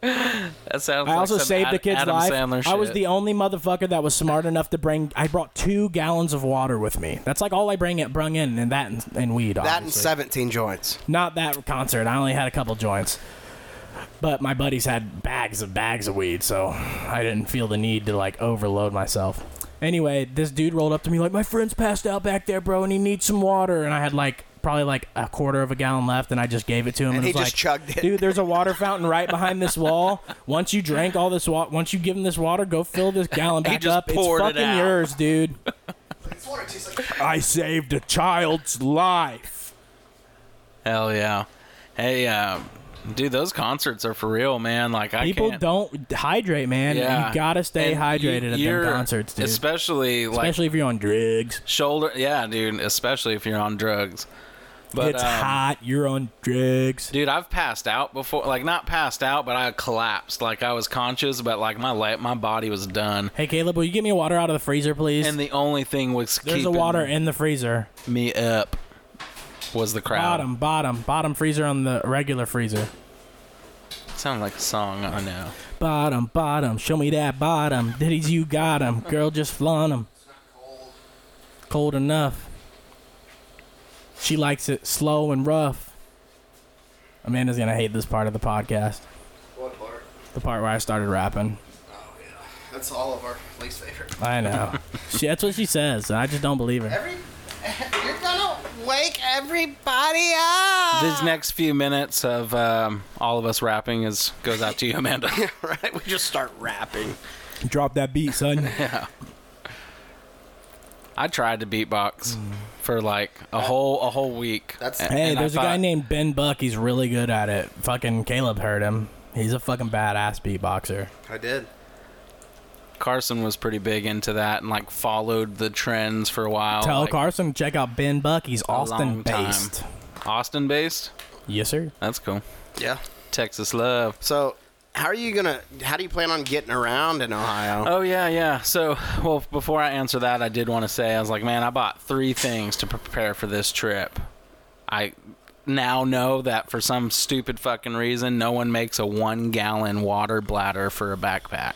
[SPEAKER 4] That sounds.
[SPEAKER 2] I
[SPEAKER 4] like
[SPEAKER 2] also
[SPEAKER 4] some
[SPEAKER 2] saved
[SPEAKER 4] Ad-
[SPEAKER 2] the kid's
[SPEAKER 4] Adam
[SPEAKER 2] life.
[SPEAKER 4] Sandler
[SPEAKER 2] I was
[SPEAKER 4] shit.
[SPEAKER 2] the only motherfucker that was smart enough to bring. I brought two gallons of water with me. That's like all I bring it brung in, and that and, and weed. Obviously.
[SPEAKER 3] that and seventeen joints.
[SPEAKER 2] Not that concert. I only had a couple joints, but my buddies had bags of bags of weed, so I didn't feel the need to like overload myself. Anyway, this dude rolled up to me like, "My friend's passed out back there, bro, and he needs some water." And I had like probably like a quarter of a gallon left, and I just gave it to him, and,
[SPEAKER 3] And he
[SPEAKER 2] was
[SPEAKER 3] just
[SPEAKER 2] like,
[SPEAKER 3] chugged it.
[SPEAKER 2] "Dude, there's a water fountain right behind this wall. Once you drink all this water, once you give him this water, go fill this gallon back
[SPEAKER 4] just
[SPEAKER 2] up. It's
[SPEAKER 4] poured it
[SPEAKER 2] fucking
[SPEAKER 4] out."
[SPEAKER 2] yours, dude." [LAUGHS] I saved a child's life.
[SPEAKER 4] Hell yeah. Hey, uh, dude, those concerts are for real, man. Like I
[SPEAKER 2] People
[SPEAKER 4] can't,
[SPEAKER 2] don't hydrate, man.
[SPEAKER 4] Yeah,
[SPEAKER 2] You gotta stay
[SPEAKER 4] And
[SPEAKER 2] hydrated at
[SPEAKER 4] you're-
[SPEAKER 2] them concerts, dude. Especially,
[SPEAKER 4] Especially like
[SPEAKER 2] if you're on drugs.
[SPEAKER 4] shoulder. Yeah, dude. Especially if you're on drugs. But
[SPEAKER 2] it's
[SPEAKER 4] um,
[SPEAKER 2] hot. You're on drugs.
[SPEAKER 4] Dude, I've passed out before. Like not passed out, but I collapsed. Like I was conscious, but like my la- my body was done.
[SPEAKER 2] Hey, Caleb, will you get me water out of the freezer, please?
[SPEAKER 4] And the only thing was
[SPEAKER 2] There's a
[SPEAKER 4] keeping
[SPEAKER 2] water in the freezer.
[SPEAKER 4] me up was the crowd.
[SPEAKER 2] Bottom, bottom, bottom freezer on the regular freezer.
[SPEAKER 4] Sounds like a song. I know.
[SPEAKER 2] Bottom, bottom. Show me that bottom. Diddy's you got 'em. Girl, just flaunt 'em. Cold enough. She likes it slow and rough. Amanda's gonna hate this part of the podcast.
[SPEAKER 3] What part?
[SPEAKER 2] The part where I started rapping.
[SPEAKER 3] That's all of our least favorite.
[SPEAKER 2] I
[SPEAKER 3] [LAUGHS]
[SPEAKER 2] know. she, that's what she says. and I just don't believe her.
[SPEAKER 3] Every [LAUGHS] you're gonna wake everybody up.
[SPEAKER 4] These next few minutes of um, all of us rapping is goes out to you, Amanda.
[SPEAKER 3] [LAUGHS] right? We just start rapping.
[SPEAKER 2] Drop that beat, [LAUGHS] son.
[SPEAKER 4] I tried to beatbox for like a whole a whole week.
[SPEAKER 3] That's-
[SPEAKER 4] A-
[SPEAKER 2] Mm. hey,
[SPEAKER 4] and I
[SPEAKER 2] there's a guy
[SPEAKER 4] thought-
[SPEAKER 2] named Ben Buck. He's really good at it. Fucking Caleb heard him. He's a fucking badass beatboxer.
[SPEAKER 3] I did.
[SPEAKER 4] Carson was pretty big into that and like followed the trends for a
[SPEAKER 3] Oh
[SPEAKER 4] while.
[SPEAKER 2] Tell
[SPEAKER 4] like,
[SPEAKER 2] Carson to check out Ben Buck. He's Austin
[SPEAKER 4] long time.
[SPEAKER 2] based.
[SPEAKER 4] Austin based.
[SPEAKER 2] Yes, sir.
[SPEAKER 4] That's cool.
[SPEAKER 3] Yeah.
[SPEAKER 4] Texas love.
[SPEAKER 3] So, how are you gonna? How do you plan on getting around in Ohio?
[SPEAKER 2] Uh,
[SPEAKER 4] Oh yeah, yeah. So, well, before I answer that, I did want to say I was like, man, I bought three things to prepare for this trip. I now know that for some stupid fucking reason, no one makes a one gallon water bladder for a backpack.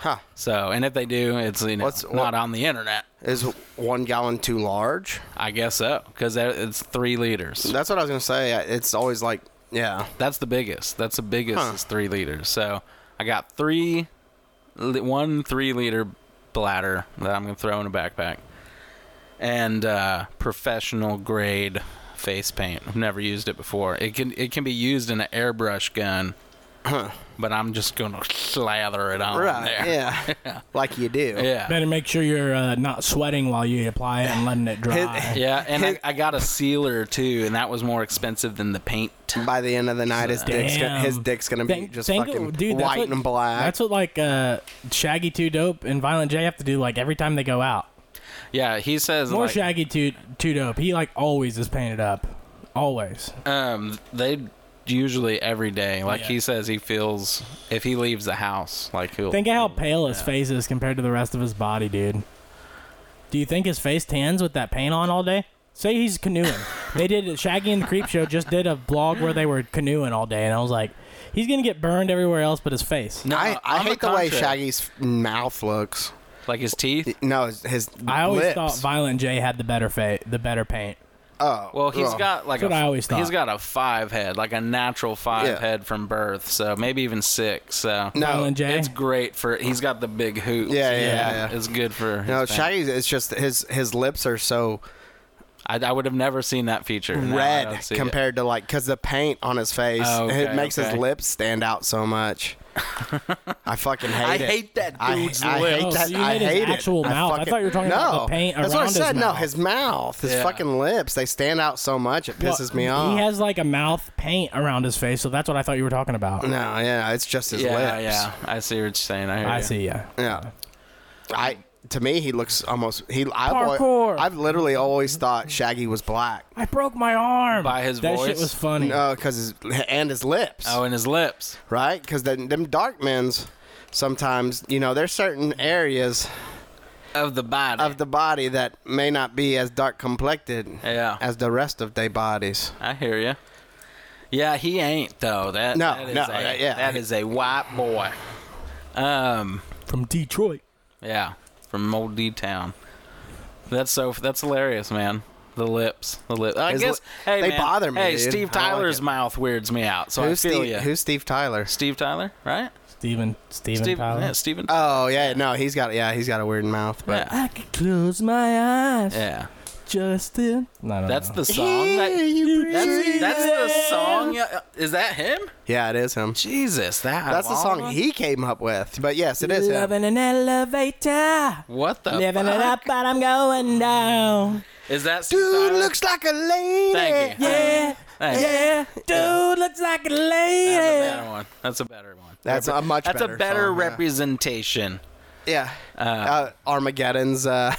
[SPEAKER 3] Huh?
[SPEAKER 4] So, and if they do, it's you know,
[SPEAKER 3] What's- what-
[SPEAKER 4] not on the internet.
[SPEAKER 3] Is one gallon too large?
[SPEAKER 4] I guess so, because it's three liters.
[SPEAKER 3] That's what I was gonna say. It's always like, yeah.
[SPEAKER 4] That's the biggest. That's the biggest
[SPEAKER 3] Huh.
[SPEAKER 4] is three liters. So I got three, li- one three liter bladder that I'm gonna throw in a backpack, and uh, professional grade face paint. I've never used it before. It can it can be used in an airbrush gun, but I'm just gonna slather it on there.
[SPEAKER 2] [LAUGHS]
[SPEAKER 3] Yeah. like you do.
[SPEAKER 4] Yeah.
[SPEAKER 2] Better make sure you're uh, not sweating while you apply it and letting it dry.
[SPEAKER 3] [LAUGHS]
[SPEAKER 4] Yeah, and I, I got a sealer too, and that was more expensive than the paint.
[SPEAKER 3] By the end of the night, his dick's gonna,
[SPEAKER 2] Damn.
[SPEAKER 3] his dick's gonna be
[SPEAKER 2] Think-
[SPEAKER 3] just
[SPEAKER 2] think-
[SPEAKER 3] fucking
[SPEAKER 2] dude, that's
[SPEAKER 3] white
[SPEAKER 2] what-
[SPEAKER 3] and black.
[SPEAKER 2] That's what like uh, Shaggy Two Dope and Violent J have to do like every time they go out.
[SPEAKER 4] Yeah, he says
[SPEAKER 2] More
[SPEAKER 4] like,
[SPEAKER 2] Shaggy Two Two Dope. He like always is painted up. Always.
[SPEAKER 4] Um, they usually every day. Like
[SPEAKER 2] Yeah.
[SPEAKER 4] he says, he feels if he leaves the house, like he'll.
[SPEAKER 2] Think of
[SPEAKER 3] Mm,
[SPEAKER 2] how pale his face is compared to the rest of his body, dude. Do you think his face tans with that paint on all day? Say he's
[SPEAKER 3] [LAUGHS]
[SPEAKER 2] canoeing. they did Shaggy and the Creep Show just did a vlog where they were canoeing all day, and I was like, he's gonna get burned everywhere else but his face.
[SPEAKER 4] No,
[SPEAKER 3] I, I
[SPEAKER 4] on
[SPEAKER 3] hate the way
[SPEAKER 4] contrary.
[SPEAKER 3] Shaggy's mouth looks.
[SPEAKER 4] Like his teeth.
[SPEAKER 3] No, his, his
[SPEAKER 2] I always
[SPEAKER 3] lips.
[SPEAKER 2] thought Violent J had the better fa- the better paint.
[SPEAKER 3] oh,
[SPEAKER 4] Well, he's
[SPEAKER 3] ugh.
[SPEAKER 4] got like
[SPEAKER 2] That's
[SPEAKER 4] a,
[SPEAKER 2] what I always thought.
[SPEAKER 4] he's got a five head, like a natural five
[SPEAKER 3] Yeah.
[SPEAKER 4] head from birth. So maybe even six. So
[SPEAKER 3] no.
[SPEAKER 2] Violent J.
[SPEAKER 4] it's great for. He's got the big hoops.
[SPEAKER 3] Yeah, yeah, yeah.
[SPEAKER 4] It's good for.
[SPEAKER 3] No,
[SPEAKER 4] his thing.
[SPEAKER 3] Shaggy. It's just his his lips are so
[SPEAKER 4] I, I would have never seen that feature. No, I
[SPEAKER 3] red
[SPEAKER 4] don't see it.
[SPEAKER 3] compared to like because the paint on his face
[SPEAKER 4] Oh, okay,
[SPEAKER 3] it makes
[SPEAKER 4] okay.
[SPEAKER 3] his lips stand out so
[SPEAKER 4] [LAUGHS]
[SPEAKER 3] much. I fucking hate
[SPEAKER 4] I
[SPEAKER 3] it.
[SPEAKER 4] hate that
[SPEAKER 3] I-
[SPEAKER 4] dude's
[SPEAKER 3] I,
[SPEAKER 4] lips.
[SPEAKER 3] hate
[SPEAKER 2] Oh, so
[SPEAKER 3] that.
[SPEAKER 2] you
[SPEAKER 3] I
[SPEAKER 2] hate his
[SPEAKER 3] hate it.
[SPEAKER 2] actual mouth. I
[SPEAKER 3] fucking-
[SPEAKER 2] thought you were talking
[SPEAKER 3] no,
[SPEAKER 2] about the paint
[SPEAKER 3] That's what I
[SPEAKER 2] around his
[SPEAKER 3] said.
[SPEAKER 2] mouth.
[SPEAKER 3] No, his mouth, his
[SPEAKER 4] Yeah.
[SPEAKER 3] fucking lips, they stand out so much it pisses me
[SPEAKER 2] Well,
[SPEAKER 3] off.
[SPEAKER 2] He has like a mouth paint around his face, so that's what I thought you were talking about.
[SPEAKER 3] no, yeah, it's just his
[SPEAKER 4] Yeah,
[SPEAKER 3] lips.
[SPEAKER 4] yeah. I see what you're saying. I, hear
[SPEAKER 2] I
[SPEAKER 4] you.
[SPEAKER 2] see, yeah.
[SPEAKER 3] Yeah. I to me he looks almost he I've, al-
[SPEAKER 2] Parkour.
[SPEAKER 3] I've literally always thought Shaggy was black.
[SPEAKER 2] I broke my arm.
[SPEAKER 4] By his
[SPEAKER 2] that shit
[SPEAKER 4] voice?
[SPEAKER 2] was funny.
[SPEAKER 3] No, cuz and his lips,
[SPEAKER 4] Oh, and his lips.
[SPEAKER 3] right? Cuz then them dark men's sometimes, you know, there's certain areas
[SPEAKER 4] Of the body.
[SPEAKER 3] of the body that may not be as dark complected
[SPEAKER 4] Yeah.
[SPEAKER 3] as the rest of their bodies.
[SPEAKER 4] I hear you. Yeah, he ain't though. That
[SPEAKER 3] No,
[SPEAKER 4] that is
[SPEAKER 3] no,
[SPEAKER 4] a,
[SPEAKER 3] uh, yeah.
[SPEAKER 4] that is a white boy. Um,
[SPEAKER 2] From Detroit.
[SPEAKER 4] yeah, from old D town. That's so that's hilarious, man. The lips, the lips. I
[SPEAKER 3] His
[SPEAKER 4] guess
[SPEAKER 3] li-
[SPEAKER 4] hey,
[SPEAKER 3] they
[SPEAKER 4] man,
[SPEAKER 3] bother me,
[SPEAKER 4] Hey,
[SPEAKER 3] dude.
[SPEAKER 4] Steve
[SPEAKER 3] I don't like
[SPEAKER 4] Tyler's
[SPEAKER 3] it.
[SPEAKER 4] mouth weirds me out, so
[SPEAKER 3] who's
[SPEAKER 4] I feel
[SPEAKER 3] Steve,
[SPEAKER 4] you.
[SPEAKER 3] who's Steve Tyler?
[SPEAKER 4] Steve Tyler, right?
[SPEAKER 2] Steven Steven
[SPEAKER 4] Steve,
[SPEAKER 2] Tyler.
[SPEAKER 4] yeah, Steven.
[SPEAKER 3] Oh, yeah, no, he's got yeah, he's got a weird mouth, but
[SPEAKER 4] yeah.
[SPEAKER 2] I could close my eyes.
[SPEAKER 4] yeah,
[SPEAKER 2] Justin. No, no,
[SPEAKER 4] that's
[SPEAKER 2] no.
[SPEAKER 4] the song. That, that's, that's the song. yeah, Is that him?
[SPEAKER 3] yeah, it is him.
[SPEAKER 4] Jesus, that
[SPEAKER 3] That's the
[SPEAKER 4] long
[SPEAKER 3] song
[SPEAKER 4] one?
[SPEAKER 3] he came up with. But yes, it is him.
[SPEAKER 2] Loving an elevator.
[SPEAKER 4] What the?
[SPEAKER 2] Living
[SPEAKER 4] fuck?
[SPEAKER 2] it up, but I'm going down.
[SPEAKER 4] Is that Steve
[SPEAKER 3] Dude
[SPEAKER 4] Tyler?
[SPEAKER 3] looks like a lady.
[SPEAKER 4] Thank you.
[SPEAKER 2] Yeah,
[SPEAKER 4] Thank you.
[SPEAKER 2] yeah. Dude looks like a
[SPEAKER 4] That's a
[SPEAKER 2] lady.
[SPEAKER 4] better one. That's a better one.
[SPEAKER 3] That's a much
[SPEAKER 4] That's
[SPEAKER 3] better
[SPEAKER 4] a better
[SPEAKER 3] song, yeah.
[SPEAKER 4] representation.
[SPEAKER 3] Yeah. Uh, Armageddon's. Uh,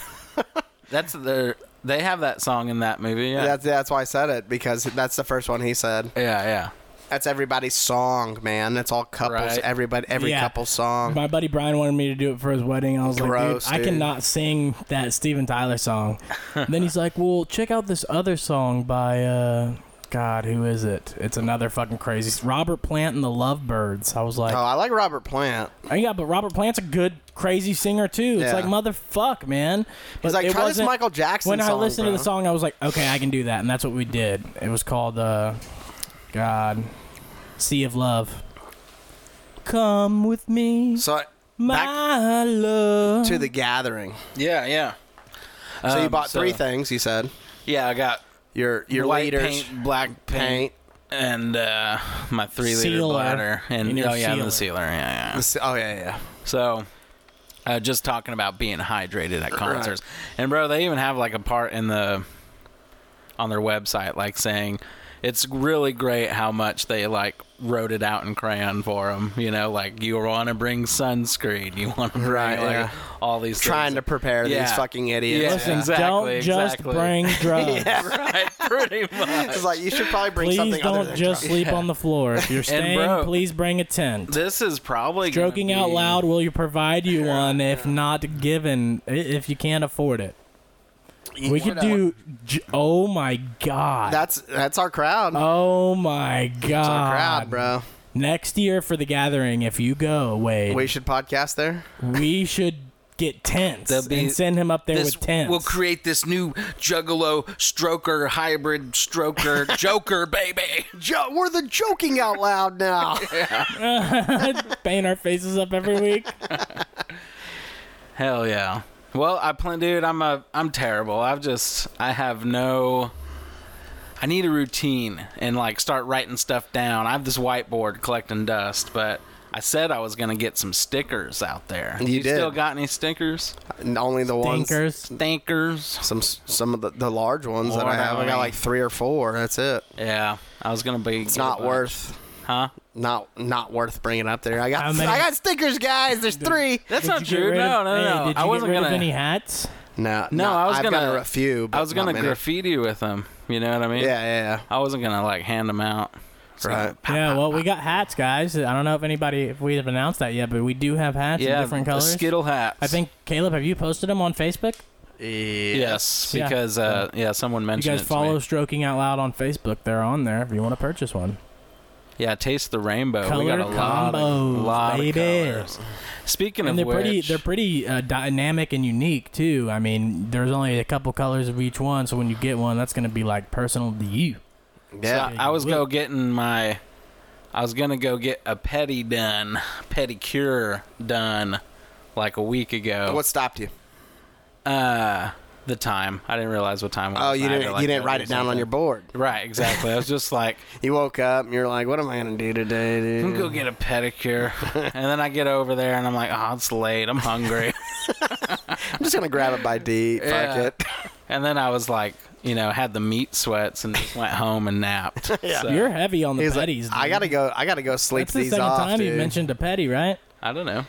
[SPEAKER 4] That's their. They have that song in that movie. [LAUGHS] Yeah.
[SPEAKER 3] that's that's why I said it because that's the first one he said.
[SPEAKER 4] yeah, yeah.
[SPEAKER 3] That's everybody's song, man. That's all couples.
[SPEAKER 4] Right.
[SPEAKER 3] Everybody, every
[SPEAKER 2] Yeah.
[SPEAKER 3] couple's song.
[SPEAKER 2] My buddy Brian wanted me to do it for his wedding. I was
[SPEAKER 3] Gross,
[SPEAKER 2] like, dude,
[SPEAKER 3] dude.
[SPEAKER 2] I cannot sing that Steven Tyler song. And then he's like, well, check out this other song by, uh, God, who is it? It's another fucking crazy. It's Robert Plant and the Lovebirds. I was like,
[SPEAKER 3] Oh, I like Robert Plant.
[SPEAKER 2] oh, yeah, but Robert Plant's a good crazy singer too. It's
[SPEAKER 3] Yeah.
[SPEAKER 2] like motherfuck, man. But
[SPEAKER 3] He's like,
[SPEAKER 2] it
[SPEAKER 3] try this
[SPEAKER 2] wasn't-
[SPEAKER 3] Michael Jackson
[SPEAKER 2] when I
[SPEAKER 3] song,
[SPEAKER 2] listened to
[SPEAKER 3] bro."
[SPEAKER 2] the song, I was like, okay, I can do that, and that's what we did. It was called, uh, God, Sea of Love. Come with me,
[SPEAKER 3] So back
[SPEAKER 2] my
[SPEAKER 3] [LAUGHS]
[SPEAKER 2] love.
[SPEAKER 3] to the Gathering.
[SPEAKER 4] Yeah, yeah.
[SPEAKER 3] So you
[SPEAKER 4] Um,
[SPEAKER 3] bought three things. You said
[SPEAKER 4] Yeah, I got
[SPEAKER 3] your your
[SPEAKER 4] white
[SPEAKER 3] leaders
[SPEAKER 4] paint, black paint,
[SPEAKER 3] paint.
[SPEAKER 4] and uh, my three liter
[SPEAKER 2] Sealer.
[SPEAKER 4] bladder, and,
[SPEAKER 2] And your
[SPEAKER 4] oh yeah, and
[SPEAKER 2] sealer.
[SPEAKER 4] the sealer. Yeah, yeah.
[SPEAKER 3] This- Oh yeah, yeah.
[SPEAKER 4] So. Uh, just talking about being hydrated at concerts, and bro, they even have like a part in the on their website, like saying it's really great how much they like wrote it out in crayon for them. You know, like you want to bring sunscreen, you want to bring
[SPEAKER 3] Right,
[SPEAKER 4] like,
[SPEAKER 3] yeah.
[SPEAKER 4] all these
[SPEAKER 3] Trying to [LAUGHS]
[SPEAKER 4] [LAUGHS] things.
[SPEAKER 3] prepare these
[SPEAKER 4] Yeah.
[SPEAKER 3] fucking idiots.
[SPEAKER 4] Yeah.
[SPEAKER 2] Listen,
[SPEAKER 4] Exactly,
[SPEAKER 2] don't just
[SPEAKER 4] exactly.
[SPEAKER 2] bring drugs.
[SPEAKER 4] right, pretty much.
[SPEAKER 3] [LAUGHS] [LAUGHS] It's like you should probably bring
[SPEAKER 2] Please
[SPEAKER 3] something other
[SPEAKER 2] don't
[SPEAKER 3] than
[SPEAKER 2] just
[SPEAKER 3] drugs.
[SPEAKER 2] sleep on the floor. If
[SPEAKER 3] [LAUGHS]
[SPEAKER 2] you're staying,
[SPEAKER 4] bro-
[SPEAKER 2] please bring a tent.
[SPEAKER 4] This is probably gonna
[SPEAKER 2] Joking out
[SPEAKER 4] be-
[SPEAKER 2] loud, will you provide you one? If not given, i- if you can't afford it, we could do. j- Oh my god!
[SPEAKER 3] That's that's our crowd.
[SPEAKER 2] oh my god!
[SPEAKER 3] It's our crowd, bro.
[SPEAKER 2] Next year for the gathering, if you go, Wade,
[SPEAKER 3] We
[SPEAKER 2] we,
[SPEAKER 3] should podcast there.
[SPEAKER 2] should get tents
[SPEAKER 4] There'll be-
[SPEAKER 2] and send him up there
[SPEAKER 4] This
[SPEAKER 2] with tents.
[SPEAKER 4] will create this new Juggalo Stroker
[SPEAKER 3] [LAUGHS]
[SPEAKER 4] hybrid Stroker Joker baby.
[SPEAKER 3] Jo- we're the joking out loud now.
[SPEAKER 2] [LAUGHS] paint our faces up every
[SPEAKER 4] [LAUGHS]
[SPEAKER 2] week.
[SPEAKER 4] Hell yeah. Well, I plan, dude. I'm a, I'm terrible. I've just, I have no. I need a routine and like start writing stuff down. I have this whiteboard collecting dust, but I said I was gonna get some stickers out there.
[SPEAKER 3] You did.
[SPEAKER 4] still got any stickers?
[SPEAKER 3] [LAUGHS] And Only the ones.
[SPEAKER 2] Stinkers.
[SPEAKER 4] Stinkers.
[SPEAKER 3] Some some of the, the large ones that I
[SPEAKER 4] Lord
[SPEAKER 3] have. I
[SPEAKER 4] have
[SPEAKER 3] got like
[SPEAKER 4] me.
[SPEAKER 3] three or four. That's it.
[SPEAKER 4] Yeah, I was gonna be.
[SPEAKER 3] It's not worth.
[SPEAKER 4] huh?
[SPEAKER 3] Not not worth bringing up there. I
[SPEAKER 2] How
[SPEAKER 3] got
[SPEAKER 2] many-
[SPEAKER 3] I got stickers, guys. There's three.
[SPEAKER 4] That's
[SPEAKER 2] Did
[SPEAKER 4] not
[SPEAKER 2] you get
[SPEAKER 4] true.
[SPEAKER 2] rid
[SPEAKER 4] No,
[SPEAKER 2] of-
[SPEAKER 4] no,
[SPEAKER 2] hey,
[SPEAKER 4] no.
[SPEAKER 2] Did you
[SPEAKER 4] I wasn't
[SPEAKER 2] get rid
[SPEAKER 4] gonna.
[SPEAKER 2] of any
[SPEAKER 4] [LAUGHS]
[SPEAKER 2] hats?
[SPEAKER 3] No,
[SPEAKER 4] no, I was
[SPEAKER 3] I've
[SPEAKER 4] gonna
[SPEAKER 3] got a few. But
[SPEAKER 4] I was
[SPEAKER 3] not
[SPEAKER 4] gonna
[SPEAKER 3] many.
[SPEAKER 4] graffiti with them. You know what I mean?
[SPEAKER 3] Yeah, yeah,
[SPEAKER 4] I wasn't gonna like hand them out.
[SPEAKER 3] yeah. Right.
[SPEAKER 2] Yeah, well, we got hats, guys. I don't know if anybody, if we have announced that yet, but we do have hats
[SPEAKER 4] yeah,
[SPEAKER 2] in different
[SPEAKER 4] the
[SPEAKER 2] colors.
[SPEAKER 4] Skittle hats.
[SPEAKER 2] I think Caleb, have you posted them on Facebook?
[SPEAKER 4] Yes,
[SPEAKER 2] Yeah.
[SPEAKER 4] because uh, yeah, someone
[SPEAKER 2] You
[SPEAKER 4] mentioned
[SPEAKER 2] guys
[SPEAKER 4] it to
[SPEAKER 2] follow
[SPEAKER 4] me.
[SPEAKER 2] Stroking Out Loud on Facebook. They're on there if you want to purchase one.
[SPEAKER 4] Yeah, taste the rainbow. we
[SPEAKER 2] Colored
[SPEAKER 4] got a lot, of,
[SPEAKER 2] combos,
[SPEAKER 4] lot of
[SPEAKER 2] baby.
[SPEAKER 4] colors. Speaking
[SPEAKER 2] and
[SPEAKER 4] of
[SPEAKER 2] they're
[SPEAKER 4] which,
[SPEAKER 2] pretty they're pretty uh, dynamic and unique too i mean there's only a couple colors of each one so when you get one that's going to be like personal to you
[SPEAKER 3] Yeah.
[SPEAKER 4] I was go getting my. I was gonna go get a petty done, pedicure done, like a week ago.
[SPEAKER 3] What stopped you?
[SPEAKER 4] Uh, the time. I didn't realize what time it was.
[SPEAKER 3] Oh,
[SPEAKER 4] and I
[SPEAKER 3] you
[SPEAKER 4] had to,
[SPEAKER 3] didn't
[SPEAKER 4] like,
[SPEAKER 3] you didn't
[SPEAKER 4] go
[SPEAKER 3] write
[SPEAKER 4] do
[SPEAKER 3] it down on
[SPEAKER 4] something.
[SPEAKER 3] your board.
[SPEAKER 4] [LAUGHS] Right, exactly. I was just like,
[SPEAKER 3] You woke up and you're like, what am I gonna do today,
[SPEAKER 4] I'm
[SPEAKER 3] dude? [LAUGHS]
[SPEAKER 4] gonna go get a pedicure, and then I get over there and I'm like, oh, it's late. I'm hungry.
[SPEAKER 3] I'm just gonna grab it by deep.
[SPEAKER 2] [LAUGHS]
[SPEAKER 4] Yeah.
[SPEAKER 3] Fuck it.
[SPEAKER 4] and then I was like, you know, had the meat
[SPEAKER 3] [LAUGHS]
[SPEAKER 4] sweats and just went home and napped.
[SPEAKER 3] Yeah.
[SPEAKER 4] So,
[SPEAKER 2] You're heavy on the
[SPEAKER 3] He's like,
[SPEAKER 2] petties.
[SPEAKER 3] I
[SPEAKER 2] dude.
[SPEAKER 3] gotta go. I gotta go sleep
[SPEAKER 2] That's the
[SPEAKER 3] these
[SPEAKER 2] second
[SPEAKER 3] off,
[SPEAKER 2] time
[SPEAKER 3] dude.
[SPEAKER 2] you mentioned a petty, right?
[SPEAKER 4] I don't know.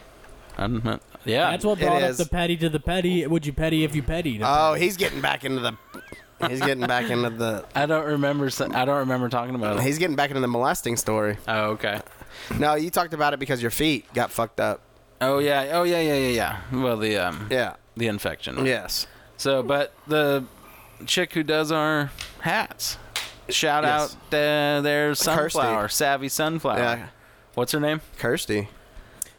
[SPEAKER 4] I don't know. Yeah.
[SPEAKER 2] That's what
[SPEAKER 3] It
[SPEAKER 2] brought up
[SPEAKER 3] is.
[SPEAKER 2] the petty to the petty. Would you petty if you pettied? [LAUGHS]
[SPEAKER 3] oh, he's getting back into the. He's getting back into the.
[SPEAKER 4] I don't remember. s- I don't remember talking about it.
[SPEAKER 3] He's getting back into the molesting story.
[SPEAKER 4] Oh, okay.
[SPEAKER 3] No, you talked about it because your feet got fucked up.
[SPEAKER 4] Oh yeah. Oh yeah. Yeah. Yeah. Yeah. Well, the um.
[SPEAKER 3] Yeah.
[SPEAKER 4] The infection.
[SPEAKER 3] Yes.
[SPEAKER 4] So, but the chick who does our hats, shout
[SPEAKER 3] Yes.
[SPEAKER 4] out uh, their sunflower, savvy sunflower.
[SPEAKER 3] Oh, Yeah.
[SPEAKER 4] What's her name?
[SPEAKER 3] Kirsty.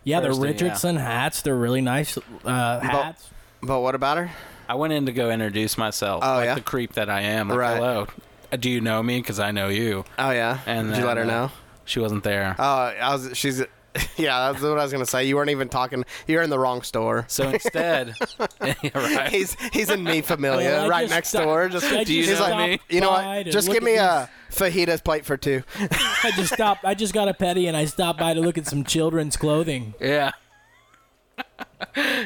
[SPEAKER 2] yeah, the
[SPEAKER 4] Thursday, yeah.
[SPEAKER 2] Richardson hats. They're really nice uh, hats.
[SPEAKER 3] But what about her?
[SPEAKER 4] I went in to go introduce myself.
[SPEAKER 3] Oh,
[SPEAKER 4] like
[SPEAKER 3] yeah?
[SPEAKER 4] The creep that I am. Like,
[SPEAKER 3] Right.
[SPEAKER 4] Hello. Do you know me? Because I know you.
[SPEAKER 3] Oh yeah.
[SPEAKER 4] And
[SPEAKER 3] Did you let her
[SPEAKER 4] then, uh,
[SPEAKER 3] know?
[SPEAKER 4] She wasn't there.
[SPEAKER 3] Oh, I was. She's. [LAUGHS] Yeah, that's what I was gonna say. You weren't even talking. You're in the wrong store. [LAUGHS]
[SPEAKER 4] so instead, [LAUGHS] Yeah, right.
[SPEAKER 3] He's he's in me
[SPEAKER 2] [LAUGHS]
[SPEAKER 3] familia
[SPEAKER 2] Well, Oh, I
[SPEAKER 3] right
[SPEAKER 2] just
[SPEAKER 3] next
[SPEAKER 2] stopped-
[SPEAKER 3] door. Just
[SPEAKER 2] I
[SPEAKER 4] Do you
[SPEAKER 3] he's
[SPEAKER 2] just
[SPEAKER 4] know
[SPEAKER 3] like,
[SPEAKER 4] me?
[SPEAKER 2] stopped
[SPEAKER 3] you know
[SPEAKER 2] by
[SPEAKER 3] what?
[SPEAKER 2] to
[SPEAKER 3] Just
[SPEAKER 2] look
[SPEAKER 3] give
[SPEAKER 2] at
[SPEAKER 3] me
[SPEAKER 2] these-
[SPEAKER 3] a fajitas plate for two.
[SPEAKER 2] I just stopped. I just got a petty, and I stopped by to look at some children's clothing.
[SPEAKER 4] Yeah. [LAUGHS]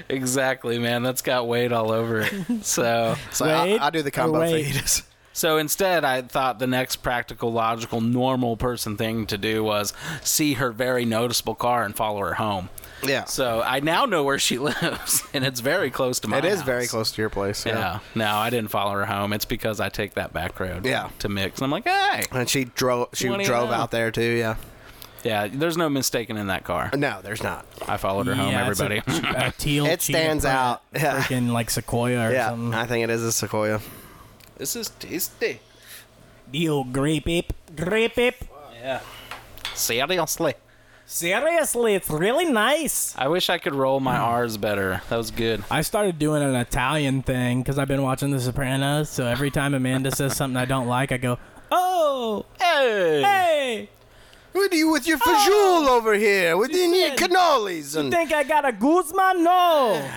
[SPEAKER 4] exactly, man. That's got weight all over
[SPEAKER 3] [LAUGHS]
[SPEAKER 4] it. So,
[SPEAKER 3] So I,
[SPEAKER 2] Wait,
[SPEAKER 3] I do the combo
[SPEAKER 2] oh, wait.
[SPEAKER 3] [LAUGHS] fajitas.
[SPEAKER 4] so instead, I thought the next practical, logical, normal person thing to do was see her very noticeable car and follow her home.
[SPEAKER 3] Yeah,
[SPEAKER 4] So I now know where she [LAUGHS] lives, and it's very close to my.
[SPEAKER 3] it is very
[SPEAKER 4] house.
[SPEAKER 3] close to your place.
[SPEAKER 4] Yeah.
[SPEAKER 3] Yeah.
[SPEAKER 4] No, I didn't follow her home. It's because I take that back road.
[SPEAKER 3] Yeah.
[SPEAKER 4] To mix, and I'm like, hey.
[SPEAKER 3] and she drove. She
[SPEAKER 4] What do you
[SPEAKER 3] drove
[SPEAKER 4] know?
[SPEAKER 3] out there too. Yeah.
[SPEAKER 4] Yeah. There's no mistaking in that car.
[SPEAKER 3] No, there's not.
[SPEAKER 4] I followed her home.
[SPEAKER 2] Yeah, it's
[SPEAKER 3] [LAUGHS]
[SPEAKER 4] Everybody.
[SPEAKER 2] A, a teal.
[SPEAKER 3] It
[SPEAKER 2] cheetah
[SPEAKER 3] stands
[SPEAKER 2] print,
[SPEAKER 3] out. Yeah.
[SPEAKER 2] Freaking like sequoia or
[SPEAKER 3] yeah,
[SPEAKER 2] something.
[SPEAKER 3] I think it is a sequoia.
[SPEAKER 4] this is tasty.
[SPEAKER 2] Deal, grape ape, grape ape.
[SPEAKER 4] Seriously.
[SPEAKER 2] Seriously, it's really nice.
[SPEAKER 4] I wish I could roll my R's better. That was good.
[SPEAKER 2] I started doing an Italian thing because I've been watching The Sopranos. So every time Amanda says something I don't like, I go, "Oh,
[SPEAKER 4] Hey.
[SPEAKER 2] hey,
[SPEAKER 3] What are you with your fajoule over here? With your
[SPEAKER 2] said-
[SPEAKER 3] cannolis and
[SPEAKER 2] think I got a Guzman? No.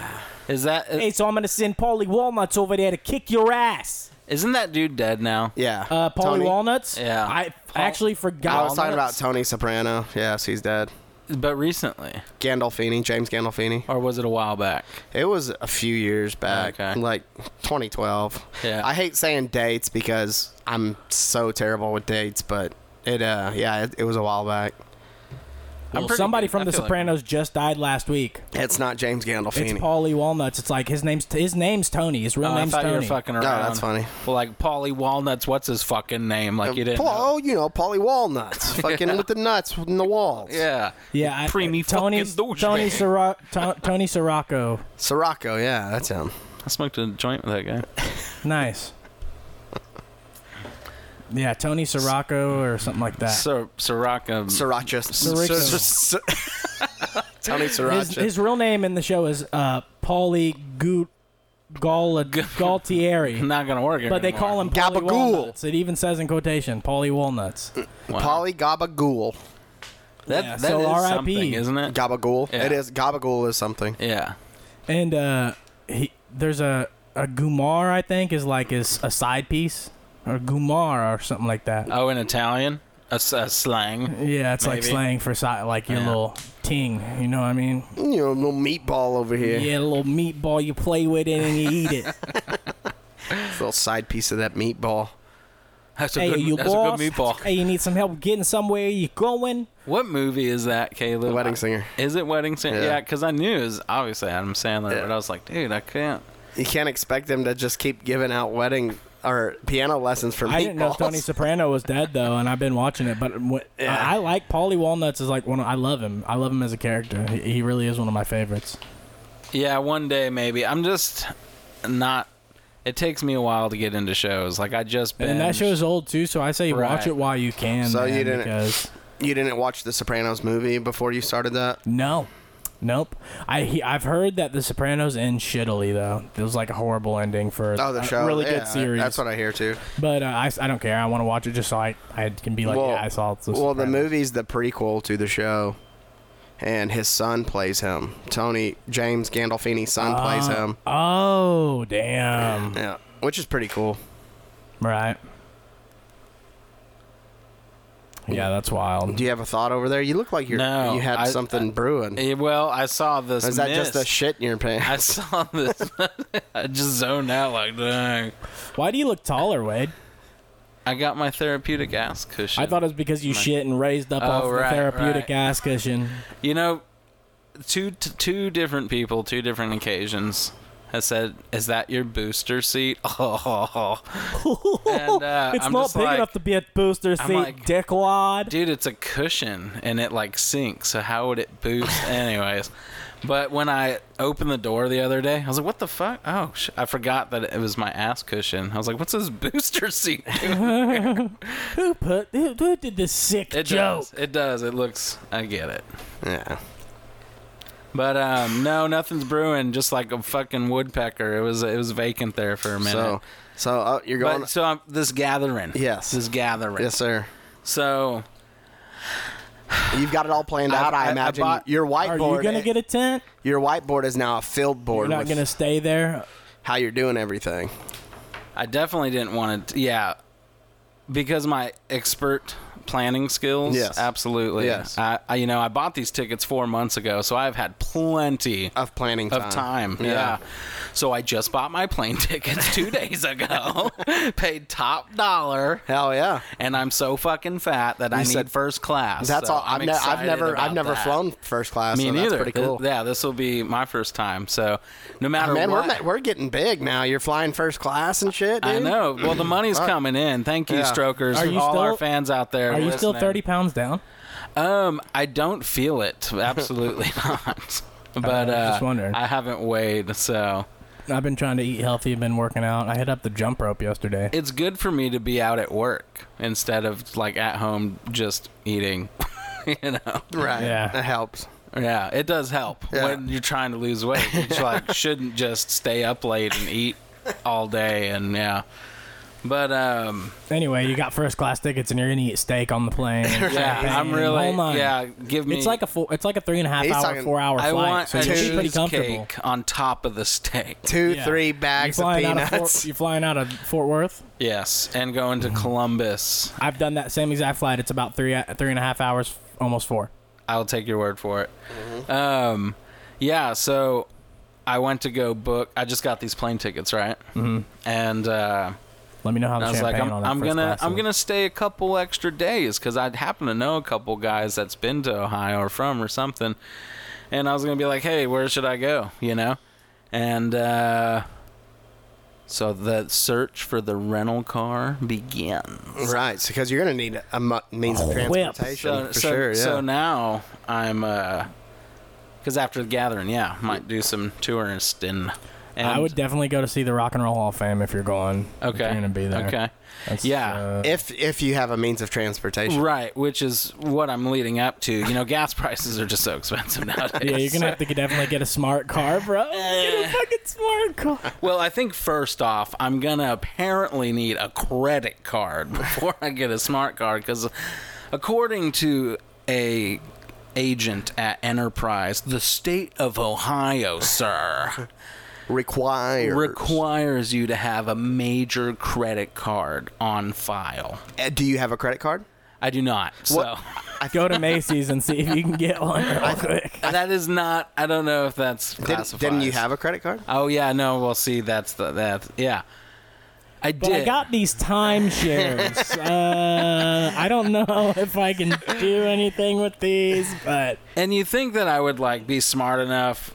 [SPEAKER 4] Is that
[SPEAKER 2] Hey, so I'm gonna send Paulie Walnuts over there to kick your ass.
[SPEAKER 4] isn't that dude dead now?
[SPEAKER 3] yeah,
[SPEAKER 2] Uh, Paulie
[SPEAKER 3] Tony-
[SPEAKER 2] Walnuts.
[SPEAKER 4] Yeah.
[SPEAKER 2] Oh, I actually forgot.
[SPEAKER 3] I was talking about Tony Soprano. Yes, he's dead.
[SPEAKER 4] But recently,
[SPEAKER 3] Gandolfini, James Gandolfini.
[SPEAKER 4] or was it a while back?
[SPEAKER 3] It was a few years back,
[SPEAKER 4] Okay.
[SPEAKER 3] like 2012.
[SPEAKER 4] Yeah.
[SPEAKER 3] I hate saying dates because I'm so terrible with dates, but it, uh, yeah, it, it was a while back.
[SPEAKER 4] I'm
[SPEAKER 2] Well,
[SPEAKER 4] pretty
[SPEAKER 2] somebody
[SPEAKER 4] good. I
[SPEAKER 2] from The
[SPEAKER 4] feel like-
[SPEAKER 2] Sopranos just died last week.
[SPEAKER 3] It's not James Gandolfini.
[SPEAKER 2] It's Paulie Walnuts. It's like his name's his name's Tony. His real
[SPEAKER 4] Oh, I
[SPEAKER 2] name's
[SPEAKER 4] thought you were
[SPEAKER 2] Tony.
[SPEAKER 4] fucking
[SPEAKER 3] no,
[SPEAKER 4] around.
[SPEAKER 3] that's funny.
[SPEAKER 4] Well, like Paulie Walnuts, what's his fucking name? Like you didn't.
[SPEAKER 3] Paul,
[SPEAKER 4] know.
[SPEAKER 3] oh, you know, Polly
[SPEAKER 4] [LAUGHS]
[SPEAKER 3] Walnuts, fucking with the nuts in the walls.
[SPEAKER 4] Yeah.
[SPEAKER 2] yeah, I,
[SPEAKER 4] Creamy
[SPEAKER 2] Tony.
[SPEAKER 4] fucking douchebag.
[SPEAKER 2] Tony, Sira- To- Tony Sirocco.
[SPEAKER 3] Sirocco, yeah, that's him.
[SPEAKER 4] I smoked a joint with that guy.
[SPEAKER 2] Nice. Yeah, Tony Sirocco or something like that.
[SPEAKER 4] So Soraka.
[SPEAKER 3] Sriracha.
[SPEAKER 2] Sriracha.
[SPEAKER 3] Sir- sir- Tony
[SPEAKER 2] his,
[SPEAKER 3] Sriracha.
[SPEAKER 2] his real name in the show is uh, Paulie Gu- Gall-
[SPEAKER 4] [LAUGHS]
[SPEAKER 2] Galtieri,
[SPEAKER 4] not gonna work.
[SPEAKER 2] but they
[SPEAKER 4] anymore.
[SPEAKER 2] call him Paulie
[SPEAKER 3] Gabagool.
[SPEAKER 2] Walnuts. It even says in quotation, Paulie Walnuts.
[SPEAKER 4] Wow.
[SPEAKER 3] Polly Gabagool.
[SPEAKER 4] That,
[SPEAKER 2] Yeah,
[SPEAKER 4] that
[SPEAKER 2] so
[SPEAKER 4] is
[SPEAKER 2] R.I.P..
[SPEAKER 4] something, isn't it?
[SPEAKER 3] Gabagool.
[SPEAKER 4] Yeah.
[SPEAKER 3] It is. Gabagool is something.
[SPEAKER 4] Yeah.
[SPEAKER 2] And uh, he, there's a a Gumar, I think, is like his a side piece or Gumar or something like that.
[SPEAKER 4] Oh, in Italian, a, s- a slang.
[SPEAKER 2] yeah, it's like
[SPEAKER 4] maybe.
[SPEAKER 2] slang for si- like your
[SPEAKER 4] Yeah.
[SPEAKER 2] little ting. You know what I mean?
[SPEAKER 3] You know, little meatball over here.
[SPEAKER 2] Yeah, a little meatball you play with it and you eat it.
[SPEAKER 3] Little side piece of that meatball.
[SPEAKER 4] That's a
[SPEAKER 2] hey,
[SPEAKER 4] good.
[SPEAKER 2] you
[SPEAKER 4] that's
[SPEAKER 2] boss.
[SPEAKER 4] a good meatball.
[SPEAKER 2] Hey, you need some help getting somewhere? You going?
[SPEAKER 4] What movie is that, Caleb?
[SPEAKER 3] The wedding singer.
[SPEAKER 4] Is it Wedding Singer?
[SPEAKER 3] Yeah.
[SPEAKER 4] Yeah, because I knew it was obviously Adam Sandler,
[SPEAKER 3] Yeah.
[SPEAKER 4] but I was like, dude, I can't.
[SPEAKER 3] You can't expect them to just keep giving out wedding or piano lessons for meatballs.
[SPEAKER 2] I didn't know Tony Soprano was dead though, and I've been watching it. But wh-
[SPEAKER 3] Yeah.
[SPEAKER 2] I, I like Paulie Walnuts is like one. Of, I love him. I love him as a character. He, he really is one of my favorites.
[SPEAKER 4] Yeah, one day maybe. I'm just not. It takes me a while to get into shows. Like I just been.
[SPEAKER 2] And that show's old too, so I say watch
[SPEAKER 4] Right.
[SPEAKER 2] it while you can.
[SPEAKER 3] So you
[SPEAKER 2] man,
[SPEAKER 3] didn't-
[SPEAKER 2] Because
[SPEAKER 3] you didn't watch the Sopranos movie before you started that.
[SPEAKER 2] no, nope. I he, I've heard that The Sopranos end shittily though. It was like a horrible ending for
[SPEAKER 3] Oh, the
[SPEAKER 2] a
[SPEAKER 3] show.
[SPEAKER 2] really
[SPEAKER 3] Yeah,
[SPEAKER 2] good series.
[SPEAKER 3] That's what I hear too.
[SPEAKER 2] but uh, I, s- I don't care. I want to watch it just so I I can be like
[SPEAKER 3] well,
[SPEAKER 2] yeah I saw. The
[SPEAKER 3] well, the
[SPEAKER 2] Sopranos."
[SPEAKER 3] movie's the prequel to the show, and his son plays him. Tony James Gandolfini's son
[SPEAKER 2] Ah.
[SPEAKER 3] plays him.
[SPEAKER 2] Uh, Oh, damn. [LAUGHS]
[SPEAKER 3] Yeah, which is pretty cool.
[SPEAKER 2] Right. Yeah, that's wild.
[SPEAKER 3] Do you have a thought over there? You look like you're
[SPEAKER 4] No,
[SPEAKER 3] you had
[SPEAKER 4] I-
[SPEAKER 3] something brewing.
[SPEAKER 4] Eh, Well, I saw this.
[SPEAKER 3] is that just a
[SPEAKER 4] mist.
[SPEAKER 3] shit in your pants?
[SPEAKER 4] I saw this. [LAUGHS] I just zoned out like dang.
[SPEAKER 2] Why do you look taller, Wade?
[SPEAKER 4] I got my therapeutic ass cushion.
[SPEAKER 2] I thought it was because you shit and raised up
[SPEAKER 4] Oh,
[SPEAKER 2] off
[SPEAKER 4] right,
[SPEAKER 2] the therapeutic
[SPEAKER 4] right.
[SPEAKER 2] ass
[SPEAKER 3] [LAUGHS]
[SPEAKER 2] cushion.
[SPEAKER 4] you know, two t- two different people, two different occasions, has said, "Is that your booster seat?" [LAUGHS] Oh, And, uh,
[SPEAKER 2] it's
[SPEAKER 4] I'm
[SPEAKER 2] not
[SPEAKER 4] just
[SPEAKER 2] big
[SPEAKER 4] like-
[SPEAKER 2] enough to be a booster
[SPEAKER 4] I'm
[SPEAKER 2] seat,
[SPEAKER 4] like-
[SPEAKER 2] dickwad.
[SPEAKER 4] dude, it's a cushion and it like sinks. So how would it boost, anyways? But when I opened the door the other day, I was like, "What the fuck?" Oh, sh- I forgot that it was my ass cushion. I was like, "What's this booster seat?" doing?"
[SPEAKER 2] [LAUGHS] Who put? Who, who did this sick
[SPEAKER 4] it
[SPEAKER 2] joke?
[SPEAKER 4] does. It does. It looks. I get it.
[SPEAKER 3] yeah.
[SPEAKER 4] But um, no, nothing's brewing. Just like a fucking woodpecker. It was it was vacant there for a minute.
[SPEAKER 3] So, so oh, you're going.
[SPEAKER 4] But, so I'm, this gathering.
[SPEAKER 3] Yes.
[SPEAKER 4] This gathering.
[SPEAKER 3] yes, sir.
[SPEAKER 4] So
[SPEAKER 3] You've got it all planned
[SPEAKER 4] I-
[SPEAKER 3] out. I,
[SPEAKER 4] I- I
[SPEAKER 3] imagine
[SPEAKER 4] bought-
[SPEAKER 3] your
[SPEAKER 2] Are
[SPEAKER 3] whiteboard. eh,
[SPEAKER 2] you gonna get a tent?
[SPEAKER 3] your whiteboard is now a filled board
[SPEAKER 2] You're not
[SPEAKER 3] with
[SPEAKER 2] gonna stay there.
[SPEAKER 3] how you're doing everything.
[SPEAKER 4] I definitely didn't want to. Yeah. Because my expert planning skills.
[SPEAKER 3] Yes.
[SPEAKER 4] Absolutely.
[SPEAKER 3] Yes.
[SPEAKER 4] I, I you know I bought these tickets four months ago, so I've had plenty
[SPEAKER 3] Of planning time.
[SPEAKER 4] of time. Yeah. So I just bought my plane [LAUGHS] tickets two days ago, [LAUGHS] paid top dollar.
[SPEAKER 3] Hell yeah.
[SPEAKER 4] and I'm so fucking fat that I
[SPEAKER 3] You
[SPEAKER 4] need
[SPEAKER 3] said-
[SPEAKER 4] first class.
[SPEAKER 3] That's
[SPEAKER 4] so
[SPEAKER 3] all. I've,
[SPEAKER 4] I'm
[SPEAKER 3] ne- I've
[SPEAKER 4] excited
[SPEAKER 3] never.
[SPEAKER 4] about
[SPEAKER 3] I've never
[SPEAKER 4] that.
[SPEAKER 3] flown first class.
[SPEAKER 4] Me
[SPEAKER 3] so
[SPEAKER 4] neither.
[SPEAKER 3] That's pretty
[SPEAKER 4] Th-
[SPEAKER 3] cool.
[SPEAKER 4] yeah, this will be my first time. So, no matter
[SPEAKER 3] Man, we're,
[SPEAKER 4] what,
[SPEAKER 3] ma- we're getting big now. You're flying first class and shit. Dude.
[SPEAKER 4] I know. Well, the
[SPEAKER 2] Mm-hmm.
[SPEAKER 4] money's
[SPEAKER 3] Fuck.
[SPEAKER 4] coming in. Thank you,
[SPEAKER 3] Yeah.
[SPEAKER 4] Strokers,
[SPEAKER 2] Are
[SPEAKER 4] and
[SPEAKER 2] you
[SPEAKER 4] all our
[SPEAKER 2] still-
[SPEAKER 4] fans out there.
[SPEAKER 2] Are you still
[SPEAKER 4] listening.
[SPEAKER 2] thirty pounds down?
[SPEAKER 4] Um, I don't
[SPEAKER 2] [LAUGHS]
[SPEAKER 4] feel it. Absolutely not. But
[SPEAKER 2] I
[SPEAKER 4] uh,
[SPEAKER 2] was just wondering.
[SPEAKER 4] I haven't weighed, so
[SPEAKER 2] I've been trying to eat healthy. Been working out. I hit up the jump rope yesterday.
[SPEAKER 4] it's good for me to be out at work instead of like at home just eating. [LAUGHS] you know.
[SPEAKER 3] Right.
[SPEAKER 2] Yeah.
[SPEAKER 3] That helps.
[SPEAKER 4] Yeah, it does help
[SPEAKER 3] Yeah.
[SPEAKER 4] when you're trying to lose weight. You
[SPEAKER 2] [LAUGHS]
[SPEAKER 4] just, like shouldn't just stay up late and eat all day and yeah. But um
[SPEAKER 2] Anyway, you got first class tickets, and you're gonna eat steak on the
[SPEAKER 3] [LAUGHS]
[SPEAKER 2] plane. and
[SPEAKER 4] yeah,
[SPEAKER 2] champagne,
[SPEAKER 4] I'm
[SPEAKER 2] whole
[SPEAKER 4] really
[SPEAKER 2] nine.
[SPEAKER 4] yeah, give me
[SPEAKER 2] It's like a four, it's like a three and a half
[SPEAKER 3] He's
[SPEAKER 2] hour,
[SPEAKER 3] talking-
[SPEAKER 2] four hour
[SPEAKER 4] I
[SPEAKER 2] flight.
[SPEAKER 4] want
[SPEAKER 2] so
[SPEAKER 4] a
[SPEAKER 2] you should be pretty comfortable.
[SPEAKER 4] cheesecake on top of the steak.
[SPEAKER 3] Two,
[SPEAKER 2] Yeah.
[SPEAKER 3] three bags
[SPEAKER 2] you
[SPEAKER 3] of
[SPEAKER 2] flying Out of
[SPEAKER 3] peanuts.
[SPEAKER 2] Fort, you flying out of Fort Worth?
[SPEAKER 4] Yes, and going
[SPEAKER 2] Mm-hmm.
[SPEAKER 4] to Columbus.
[SPEAKER 2] I've done that same exact flight. It's about three three and a half hours, almost four.
[SPEAKER 4] I'll take your word for it. Um, yeah, so I went to go book. I just got these plane tickets, right? Mm-hmm. And uh,
[SPEAKER 2] Let me know how
[SPEAKER 4] And
[SPEAKER 2] the
[SPEAKER 4] I was
[SPEAKER 2] champagne
[SPEAKER 4] like, I'm,
[SPEAKER 2] on that
[SPEAKER 4] I'm
[SPEAKER 2] first
[SPEAKER 4] gonna,
[SPEAKER 2] class
[SPEAKER 4] I'm
[SPEAKER 2] is.
[SPEAKER 4] gonna stay a couple extra days because I'd happen to know a couple guys that's been to Ohio or from or something, and I was gonna be like, hey, where should I go? You know, and uh, so the search for the rental car begins.
[SPEAKER 3] [LAUGHS] Right. Because you're gonna need a mu- means of
[SPEAKER 2] whip.
[SPEAKER 3] transportation
[SPEAKER 4] So,
[SPEAKER 3] for
[SPEAKER 4] so,
[SPEAKER 3] sure. Yeah.
[SPEAKER 4] so now I'm, because after the gathering, yeah, might do some tourist and. and
[SPEAKER 2] I would definitely go to see the Rock and Roll Hall of Fame if you're going. if
[SPEAKER 4] Okay.
[SPEAKER 2] you're gonna be there.
[SPEAKER 4] Okay.
[SPEAKER 2] That's,
[SPEAKER 4] Yeah.
[SPEAKER 2] uh,
[SPEAKER 3] if if you have a means of transportation.
[SPEAKER 4] Right, which is what I'm leading up to. You know, gas [LAUGHS] prices are just so expensive nowadays.
[SPEAKER 2] yeah, you're gonna have to definitely get a smart car, bro. Get a fucking smart car.
[SPEAKER 4] [LAUGHS] Well, I think first off, I'm gonna apparently need a credit card [LAUGHS] before I get a smart card because, according to a agent at Enterprise, the state of Ohio, sir,
[SPEAKER 3] Requires.
[SPEAKER 4] requires you to have a major credit card on file.
[SPEAKER 3] Uh, Do you have a credit card?
[SPEAKER 4] I do not.
[SPEAKER 3] What-
[SPEAKER 4] So.
[SPEAKER 2] Go to Macy's and see if you can get one real quick.
[SPEAKER 4] That is not. I don't know if that's
[SPEAKER 3] Didn't,
[SPEAKER 4] classified.
[SPEAKER 3] didn't you have a credit card?
[SPEAKER 4] Oh yeah, no. Well, see, that's the that. Yeah, I
[SPEAKER 2] But
[SPEAKER 4] did.
[SPEAKER 2] I got these [LAUGHS] timeshares. uh, I don't know [LAUGHS] if I can do anything with these, but
[SPEAKER 4] and you think that I would like be smart enough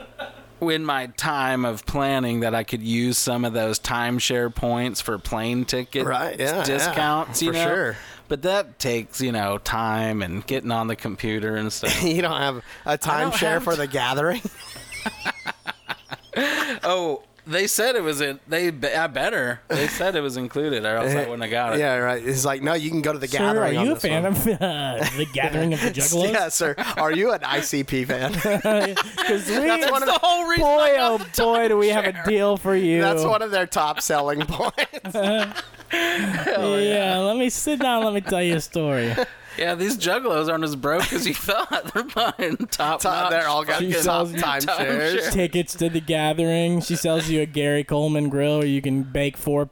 [SPEAKER 4] in my time of planning that I could use some of those timeshare points for plane ticket
[SPEAKER 3] Right, yeah, yeah,
[SPEAKER 4] discounts, you
[SPEAKER 3] for
[SPEAKER 4] know.
[SPEAKER 3] sure.
[SPEAKER 4] But that takes you know time and getting on the computer
[SPEAKER 3] [LAUGHS]
[SPEAKER 4] and
[SPEAKER 3] [LAUGHS]
[SPEAKER 4] stuff.
[SPEAKER 3] You don't have a
[SPEAKER 4] don't
[SPEAKER 3] timeshare
[SPEAKER 4] have
[SPEAKER 3] for
[SPEAKER 4] t-
[SPEAKER 3] the
[SPEAKER 4] [LAUGHS]
[SPEAKER 3] gathering.
[SPEAKER 4] oh, they said it was in. They I better they said it was included, or else I wouldn't have got
[SPEAKER 3] [LAUGHS]
[SPEAKER 4] it.
[SPEAKER 3] yeah. Right. It's like no, you can go to the
[SPEAKER 2] sir, are
[SPEAKER 3] gathering. on
[SPEAKER 2] you a
[SPEAKER 3] this
[SPEAKER 2] fan
[SPEAKER 3] one.
[SPEAKER 2] of uh, [LAUGHS] the Gathering of the Juggalos?
[SPEAKER 3] Yeah, sir. Are you an
[SPEAKER 2] [LAUGHS]
[SPEAKER 3] ICP fan?
[SPEAKER 2] Because we,
[SPEAKER 4] That's the whole reason. I
[SPEAKER 2] [LAUGHS] boy,
[SPEAKER 4] got
[SPEAKER 2] oh boy, do we have a deal for you.
[SPEAKER 3] [LAUGHS] That's one of their top
[SPEAKER 2] [LAUGHS]
[SPEAKER 3] selling points.
[SPEAKER 2] Yeah, let me sit down. Let me tell you a story.
[SPEAKER 4] Yeah, these juggalos aren't as broke as you [LAUGHS] thought. They're buying top.
[SPEAKER 3] Top- they're all got
[SPEAKER 4] fucking
[SPEAKER 2] Jesus.
[SPEAKER 3] top timeshares.
[SPEAKER 2] Tickets to the gathering. She sells you a Gary Coleman grill where you can bake four,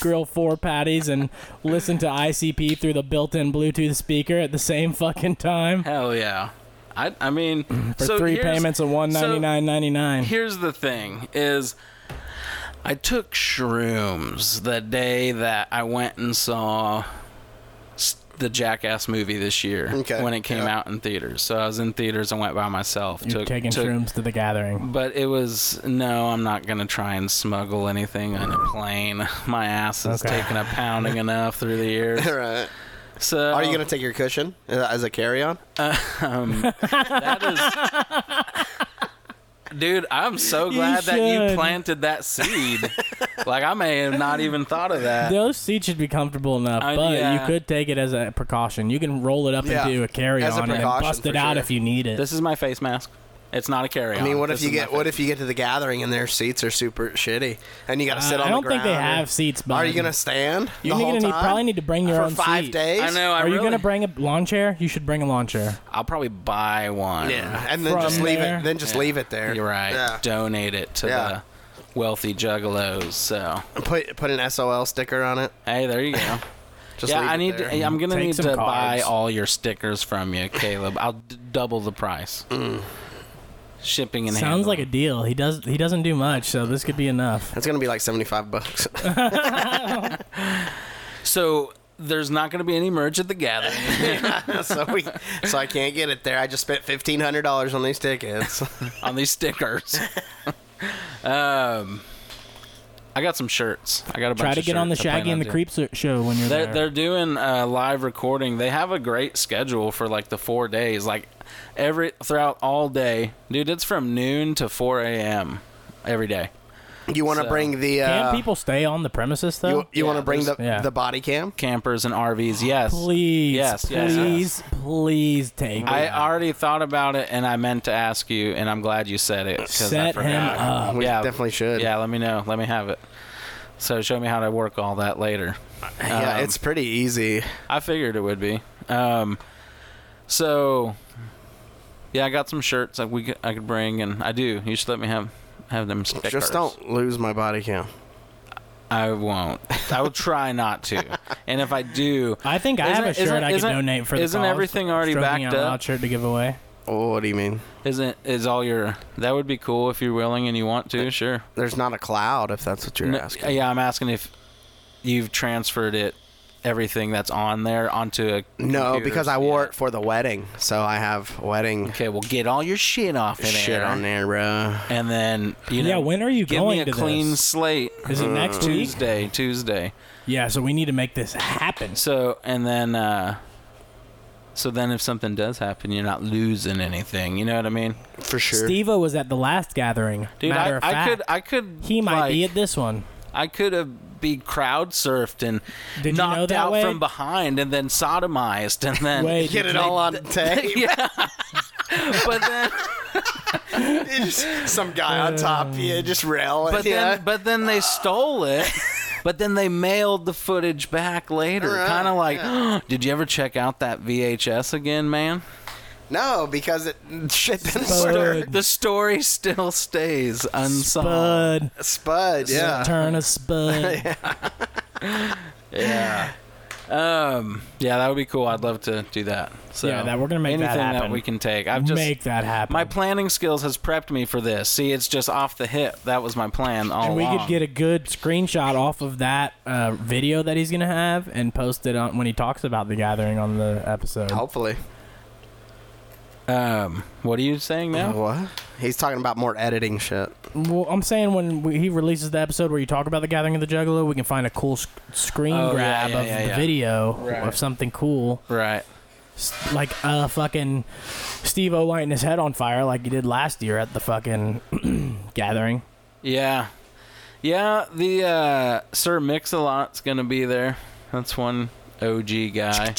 [SPEAKER 2] grill four patties and listen to ICP through the built-in Bluetooth speaker at the same fucking time
[SPEAKER 4] Hell yeah. I I mean
[SPEAKER 2] [CLEARS THROAT] for
[SPEAKER 4] so
[SPEAKER 2] three
[SPEAKER 4] here's-
[SPEAKER 2] payments of one ninety nine ninety nine.
[SPEAKER 4] here's the thing is I took shrooms the day that I went and saw s- the Jackass movie this year
[SPEAKER 3] Okay,
[SPEAKER 4] when it came
[SPEAKER 3] yeah.
[SPEAKER 4] out in theaters. So I was in theaters and went by myself.
[SPEAKER 2] You're
[SPEAKER 4] took,
[SPEAKER 2] taking
[SPEAKER 4] took-
[SPEAKER 2] shrooms to the gathering.
[SPEAKER 4] But it was no, I'm not gonna try and smuggle anything on a plane. [LAUGHS] My ass is
[SPEAKER 2] Okay.
[SPEAKER 4] taking a
[SPEAKER 2] [LAUGHS]
[SPEAKER 4] pounding enough through
[SPEAKER 3] [LAUGHS]
[SPEAKER 4] the years.
[SPEAKER 3] Right.
[SPEAKER 4] So
[SPEAKER 3] Are you gonna take your cushion uh, as a carry-on?
[SPEAKER 2] Um,
[SPEAKER 4] That is, [LAUGHS] dude, I'm so glad that you
[SPEAKER 2] should.
[SPEAKER 4] planted that seed. like I may have not even thought of that.
[SPEAKER 2] Those seats should be comfortable enough,
[SPEAKER 4] Uh,
[SPEAKER 2] but
[SPEAKER 4] yeah.
[SPEAKER 2] you could take it as a precaution. You can roll it up
[SPEAKER 3] Yeah,
[SPEAKER 2] into a
[SPEAKER 3] as a
[SPEAKER 2] carry-on and then
[SPEAKER 3] precaution,
[SPEAKER 2] bust it
[SPEAKER 3] for
[SPEAKER 2] out
[SPEAKER 3] sure.
[SPEAKER 2] if you need it.
[SPEAKER 4] This is my face mask. It's not a carry-on.
[SPEAKER 3] I mean, what if you get what if you get to the gathering and their seats are super shitty and you got to sit
[SPEAKER 2] Uh,
[SPEAKER 3] on
[SPEAKER 2] I
[SPEAKER 3] the
[SPEAKER 2] don't think they
[SPEAKER 3] ground or-
[SPEAKER 2] have seats, but
[SPEAKER 3] Are you gonna stand
[SPEAKER 2] You
[SPEAKER 3] the
[SPEAKER 2] need
[SPEAKER 3] whole
[SPEAKER 2] to need-
[SPEAKER 3] time?
[SPEAKER 2] probably need to bring your
[SPEAKER 3] for
[SPEAKER 2] own
[SPEAKER 3] five
[SPEAKER 2] seat.
[SPEAKER 3] days. Oh,
[SPEAKER 4] I know. I
[SPEAKER 2] Are
[SPEAKER 4] really,
[SPEAKER 2] you gonna bring a lawn chair? You should bring a lawn chair.
[SPEAKER 4] I'll probably buy one.
[SPEAKER 3] Yeah, and then
[SPEAKER 2] From
[SPEAKER 3] just leave
[SPEAKER 2] there.
[SPEAKER 3] it. Then just leave it there.
[SPEAKER 4] You're right.
[SPEAKER 3] Yeah.
[SPEAKER 4] Donate it to
[SPEAKER 3] Yeah.
[SPEAKER 4] the wealthy juggalos. So
[SPEAKER 3] Put put an SOL sticker on it.
[SPEAKER 4] hey, there you go.
[SPEAKER 3] [LAUGHS] Just
[SPEAKER 4] yeah,
[SPEAKER 3] leave
[SPEAKER 4] I
[SPEAKER 3] it
[SPEAKER 4] need.
[SPEAKER 3] there.
[SPEAKER 4] To, I'm gonna
[SPEAKER 2] Take
[SPEAKER 4] need
[SPEAKER 2] some
[SPEAKER 4] to buy
[SPEAKER 2] cards.
[SPEAKER 4] all your stickers from you, Caleb. I'll d- double the price.
[SPEAKER 3] Mm.
[SPEAKER 4] Shipping and
[SPEAKER 2] Sounds like a deal. He does. He doesn't do much, so this could be enough.
[SPEAKER 3] That's gonna be like seventy five bucks. [LAUGHS]
[SPEAKER 4] So there's not going to be any merch at the gathering.
[SPEAKER 3] so we, so I can't get it there. I just spent fifteen hundred dollars on these tickets. [LAUGHS]
[SPEAKER 4] on these stickers. [LAUGHS] um, I got some shirts. I got a bunch
[SPEAKER 2] Try to
[SPEAKER 4] of
[SPEAKER 2] get on the
[SPEAKER 4] shirts I plan
[SPEAKER 2] Shaggy and the
[SPEAKER 4] doing.
[SPEAKER 2] Creeps show when you're
[SPEAKER 4] They're,
[SPEAKER 2] there.
[SPEAKER 4] they're doing a live recording. They have a great schedule for like the four days, like every throughout all day, dude. It's from noon to four a.m. every day.
[SPEAKER 3] You want to
[SPEAKER 4] So-
[SPEAKER 3] bring the uh,
[SPEAKER 2] Can't people stay on the premises
[SPEAKER 3] you,
[SPEAKER 2] though?
[SPEAKER 3] you want
[SPEAKER 4] Yeah,
[SPEAKER 3] to bring the
[SPEAKER 4] there's-
[SPEAKER 2] yeah.
[SPEAKER 3] the body cam?
[SPEAKER 4] Campers and RVs, yes.
[SPEAKER 2] please,
[SPEAKER 4] Yes, yes,
[SPEAKER 2] please, please take.
[SPEAKER 4] I
[SPEAKER 2] it.
[SPEAKER 4] already thought about it, and I meant to ask you, and I'm glad you said it. 'cause I
[SPEAKER 2] Set him
[SPEAKER 4] forgot.
[SPEAKER 2] up.
[SPEAKER 3] We definitely should.
[SPEAKER 4] Yeah, let me know. Let me have it. So show me how to work all that later.
[SPEAKER 3] Yeah,
[SPEAKER 4] Um,
[SPEAKER 3] it's pretty easy.
[SPEAKER 4] I figured it would be. Um, so yeah, I got some shirts that we could, I could bring, and I do. You should let me have have them stickers.
[SPEAKER 3] Just don't lose my body cam.
[SPEAKER 4] I won't. I will try not to. And if I do,
[SPEAKER 2] I think I have a
[SPEAKER 4] Isn't-
[SPEAKER 2] shirt I could
[SPEAKER 4] isn't-
[SPEAKER 2] donate for the
[SPEAKER 4] isn't
[SPEAKER 2] cause.
[SPEAKER 4] everything already
[SPEAKER 2] Stroking
[SPEAKER 4] backed
[SPEAKER 2] out
[SPEAKER 4] up?
[SPEAKER 2] loud shirt to give away.
[SPEAKER 3] Oh, what do you mean?
[SPEAKER 4] isn't is all your that would be cool if you're willing and you want to. Sure.
[SPEAKER 3] There's not a cloud if that's what you're
[SPEAKER 4] No,
[SPEAKER 3] asking.
[SPEAKER 4] Yeah, I'm asking if you've transferred it everything that's on there onto a
[SPEAKER 3] No,
[SPEAKER 4] computer.
[SPEAKER 3] because I
[SPEAKER 4] Yeah.
[SPEAKER 3] wore it for the wedding, so I have wedding
[SPEAKER 4] Okay, well, get all your shit off of
[SPEAKER 3] shit
[SPEAKER 4] there,
[SPEAKER 3] on there, bro.
[SPEAKER 4] and then you know.
[SPEAKER 2] yeah, when are you
[SPEAKER 4] give
[SPEAKER 2] going
[SPEAKER 4] me a
[SPEAKER 2] to
[SPEAKER 4] clean
[SPEAKER 2] this?
[SPEAKER 4] slate.
[SPEAKER 2] Is it next week?
[SPEAKER 4] Tuesday, Tuesday.
[SPEAKER 2] Yeah, so we need to make this happen.
[SPEAKER 4] So and then, uh so then if something does happen, you're not losing anything. You know what I mean,
[SPEAKER 3] For sure.
[SPEAKER 2] Steve-O was at the last gathering.
[SPEAKER 4] dude?
[SPEAKER 2] Matter
[SPEAKER 4] I,
[SPEAKER 2] of
[SPEAKER 4] I
[SPEAKER 2] fact,
[SPEAKER 4] could, I could.
[SPEAKER 2] he might be
[SPEAKER 4] like,
[SPEAKER 2] at this one.
[SPEAKER 4] I could have be crowd surfed and
[SPEAKER 2] Did you
[SPEAKER 4] knocked
[SPEAKER 2] know that
[SPEAKER 4] out
[SPEAKER 2] way?
[SPEAKER 4] from behind, and then sodomized, and
[SPEAKER 2] [LAUGHS]
[SPEAKER 4] then.
[SPEAKER 2] Wait,
[SPEAKER 3] Get
[SPEAKER 2] did
[SPEAKER 3] it
[SPEAKER 2] you-
[SPEAKER 3] all on tape. [LAUGHS]
[SPEAKER 4] [LAUGHS] Yeah. [LAUGHS] but then,
[SPEAKER 3] Just Some guy on top of you, just railing.
[SPEAKER 4] Um,
[SPEAKER 3] [LAUGHS]
[SPEAKER 4] but
[SPEAKER 3] yeah.
[SPEAKER 4] then, but then they
[SPEAKER 3] [LAUGHS]
[SPEAKER 4] stole it. But then they mailed the footage back later,
[SPEAKER 3] Right,
[SPEAKER 4] kind of like, [GASPS] "Did you ever check out that VHS again, man?"
[SPEAKER 3] no, because it shit didn't
[SPEAKER 2] Spud.
[SPEAKER 3] work.
[SPEAKER 4] The story still stays unsolved.
[SPEAKER 2] Spud.
[SPEAKER 3] Spud, yeah.
[SPEAKER 2] Turn a
[SPEAKER 4] [LAUGHS]
[SPEAKER 2] spud.
[SPEAKER 4] Yeah. Um. Yeah, that would be cool. I'd love to do that. So
[SPEAKER 2] Yeah, that- we're gonna make that
[SPEAKER 4] anything
[SPEAKER 2] happen.
[SPEAKER 4] that we can take. I've just
[SPEAKER 2] Make that happen.
[SPEAKER 4] my planning skills has prepped me for this. See, it's just off the hip. That was my plan all
[SPEAKER 2] and we
[SPEAKER 4] along.
[SPEAKER 2] could get a good screenshot off of that uh, video that he's gonna have and post it on when he talks about the gathering on the episode.
[SPEAKER 3] Hopefully.
[SPEAKER 4] um. What are you saying
[SPEAKER 3] Uh,
[SPEAKER 4] now?
[SPEAKER 3] What? He's talking about more editing shit.
[SPEAKER 2] Well, I'm saying when we, he releases the episode where you talk about the gathering of the Juggalo, we can find a cool sc- screen
[SPEAKER 4] Oh, yeah,
[SPEAKER 2] grab
[SPEAKER 4] yeah,
[SPEAKER 2] of
[SPEAKER 4] yeah,
[SPEAKER 2] the
[SPEAKER 4] yeah.
[SPEAKER 2] video
[SPEAKER 4] Right.
[SPEAKER 2] of something cool,
[SPEAKER 4] Right.
[SPEAKER 2] S- like uh fucking Steve O lighting his head on fire like he did last year at the fucking [CLEARS THROAT] gathering.
[SPEAKER 4] Yeah. Yeah. The uh, Sir Mix-a-Lot's gonna be there. That's one OG guy.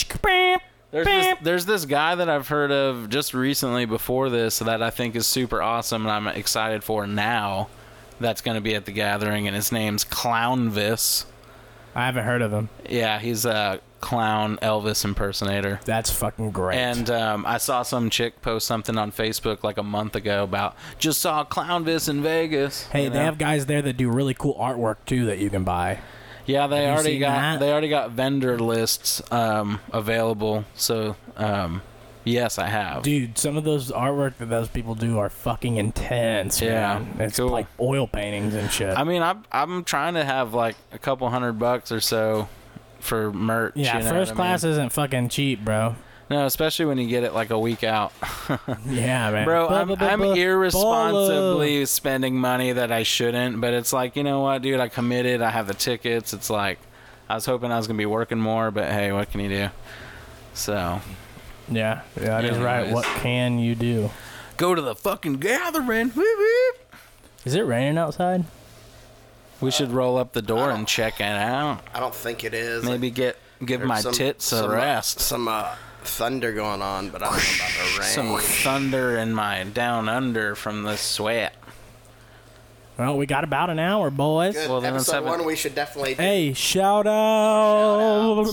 [SPEAKER 4] There's this, there's this guy that I've heard of just recently before this that I think is super awesome and I'm excited for now. That's going to be at the gathering and his name's Clownvis.
[SPEAKER 2] I haven't heard of him.
[SPEAKER 4] Yeah, he's a clown Elvis impersonator.
[SPEAKER 2] That's fucking great.
[SPEAKER 4] And um, I saw some chick post something on Facebook like a month ago about just saw Clownvis in Vegas.
[SPEAKER 2] hey,
[SPEAKER 4] you
[SPEAKER 2] they
[SPEAKER 4] know?
[SPEAKER 2] have guys there that do really cool artwork too that you can buy.
[SPEAKER 4] Yeah, they
[SPEAKER 2] you
[SPEAKER 4] already
[SPEAKER 2] seen
[SPEAKER 4] got
[SPEAKER 2] that?
[SPEAKER 4] they already got vendor lists um, available. So um, yes, I have.
[SPEAKER 2] Dude, some of those artwork that those people do are fucking intense.
[SPEAKER 4] Yeah,
[SPEAKER 2] man. it's
[SPEAKER 4] cool.
[SPEAKER 2] like oil paintings and shit.
[SPEAKER 4] I mean, I'm I'm trying to have like a couple hundred bucks or so for merch.
[SPEAKER 2] yeah,
[SPEAKER 4] you know
[SPEAKER 2] first
[SPEAKER 4] what I mean?
[SPEAKER 2] class isn't fucking cheap,
[SPEAKER 4] [LAUGHS]
[SPEAKER 2] bro.
[SPEAKER 4] No, especially when you get it like a week out.
[SPEAKER 2] Yeah, man.
[SPEAKER 4] Bro,
[SPEAKER 2] Blah,
[SPEAKER 4] I'm,
[SPEAKER 2] blah, blah,
[SPEAKER 4] I'm
[SPEAKER 2] blah.
[SPEAKER 4] irresponsibly spending money that I shouldn't, but it's like, you know what, dude, I committed. I have the tickets. It's like, I was hoping I was going to be working more, but hey, what can you do? So,
[SPEAKER 2] Bolo. Yeah, yeah, that is right.
[SPEAKER 4] Anyways.
[SPEAKER 2] What can you do?
[SPEAKER 4] go to the fucking gathering. Whoop, whoop.
[SPEAKER 2] Is it raining outside?
[SPEAKER 3] Uh,
[SPEAKER 4] We should roll up the door and check it out.
[SPEAKER 3] I don't think it is.
[SPEAKER 4] Maybe get give
[SPEAKER 3] There's
[SPEAKER 4] my
[SPEAKER 3] some-
[SPEAKER 4] tits a
[SPEAKER 3] some, uh,
[SPEAKER 4] rest.
[SPEAKER 3] Some uh, thunder going on, but I don't know about the rain.
[SPEAKER 4] Some thunder in my down under from the sweat.
[SPEAKER 2] Well, we got about an hour, boys.
[SPEAKER 3] Good.
[SPEAKER 4] well, then
[SPEAKER 3] Episode
[SPEAKER 4] seven-
[SPEAKER 3] one, we should definitely. do-
[SPEAKER 2] Hey, shout out!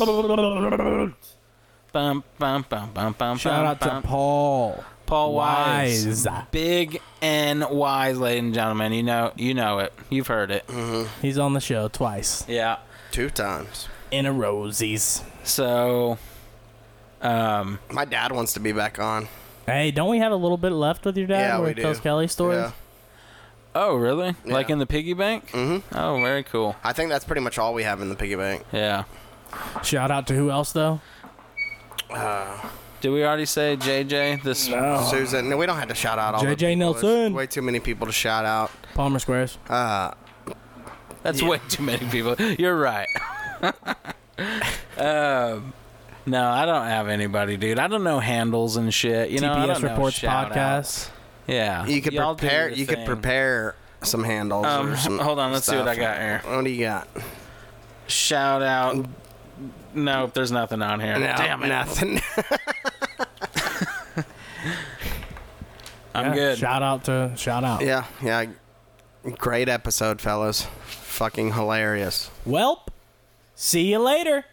[SPEAKER 4] Bum, bum, bum, bum, bum,
[SPEAKER 2] Shout out
[SPEAKER 4] bum, bum.
[SPEAKER 2] to Paul.
[SPEAKER 4] Paul Wise.
[SPEAKER 2] Wise.
[SPEAKER 4] Big and wise, ladies and gentlemen. You know, you know it. You've heard it.
[SPEAKER 3] Mm.
[SPEAKER 2] He's on the show twice
[SPEAKER 4] Yeah.
[SPEAKER 3] Two times.
[SPEAKER 2] in a rosies.
[SPEAKER 4] So, um,
[SPEAKER 3] My dad wants to be back on.
[SPEAKER 2] Hey, don't we have a little bit left with your dad?
[SPEAKER 3] Yeah,
[SPEAKER 2] where
[SPEAKER 3] we
[SPEAKER 2] he tells
[SPEAKER 3] do.
[SPEAKER 2] Kelly stories.
[SPEAKER 3] Yeah.
[SPEAKER 4] oh really?
[SPEAKER 3] Yeah. Mm.
[SPEAKER 4] Like in the piggy bank? Mm-hmm. Oh, very cool.
[SPEAKER 3] I think that's pretty much all we have in the piggy bank.
[SPEAKER 4] Yeah.
[SPEAKER 2] Shout out to who else though?
[SPEAKER 4] Did we already say JJ? This
[SPEAKER 3] Susan, no, we don't have to shout out all the
[SPEAKER 2] JJ
[SPEAKER 3] people. There's
[SPEAKER 2] Nelson.
[SPEAKER 3] Way too many people to shout out.
[SPEAKER 2] Palmer Squares.
[SPEAKER 3] Uh,
[SPEAKER 4] that's way too many people. You're right. um, no, I don't have anybody, dude. I don't know handles and shit. You know, I
[SPEAKER 2] TPS
[SPEAKER 4] don't know
[SPEAKER 2] reports
[SPEAKER 4] shout
[SPEAKER 2] podcast.
[SPEAKER 4] outs. Yeah.
[SPEAKER 3] you could
[SPEAKER 4] Y'all do
[SPEAKER 3] prepare.
[SPEAKER 4] your
[SPEAKER 3] You could
[SPEAKER 4] thing.
[SPEAKER 3] prepare some handles.
[SPEAKER 4] Um,
[SPEAKER 3] or some
[SPEAKER 4] hold on, let's see what I
[SPEAKER 3] stuff.
[SPEAKER 4] got here.
[SPEAKER 3] What do you got?
[SPEAKER 4] Shout out. Nope, there's nothing on here.
[SPEAKER 3] No,
[SPEAKER 4] Damn it.
[SPEAKER 3] Nothing. [LAUGHS]
[SPEAKER 4] I'm
[SPEAKER 2] Yeah,
[SPEAKER 4] good.
[SPEAKER 2] Shout out to shout out.
[SPEAKER 3] yeah, yeah. Great episode, fellas. Fucking hilarious.
[SPEAKER 2] Welp. See you later.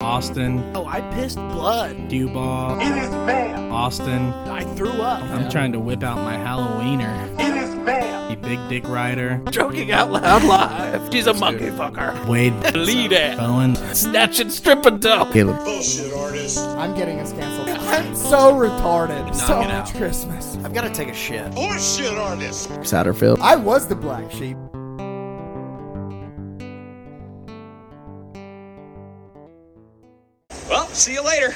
[SPEAKER 2] Austin,
[SPEAKER 1] Oh, I pissed blood.
[SPEAKER 2] Dubon,
[SPEAKER 5] It is bad.
[SPEAKER 2] Austin.
[SPEAKER 1] I threw up.
[SPEAKER 2] I'm trying to whip out my Halloweener.
[SPEAKER 5] It is bad.
[SPEAKER 2] The Big Dick Rider.
[SPEAKER 1] Joking out loud live. She's a monkey fucker.
[SPEAKER 2] Wade
[SPEAKER 1] Lead it.
[SPEAKER 2] Bowen.
[SPEAKER 1] Snatch and strip and dope.
[SPEAKER 6] I'm getting us canceled. I'm so retarded. So much Oh, Christmas.
[SPEAKER 3] I've got to take a shit.
[SPEAKER 5] Bullshit artist.
[SPEAKER 3] Satterfield.
[SPEAKER 6] I was the black sheep.
[SPEAKER 5] Well, see you later.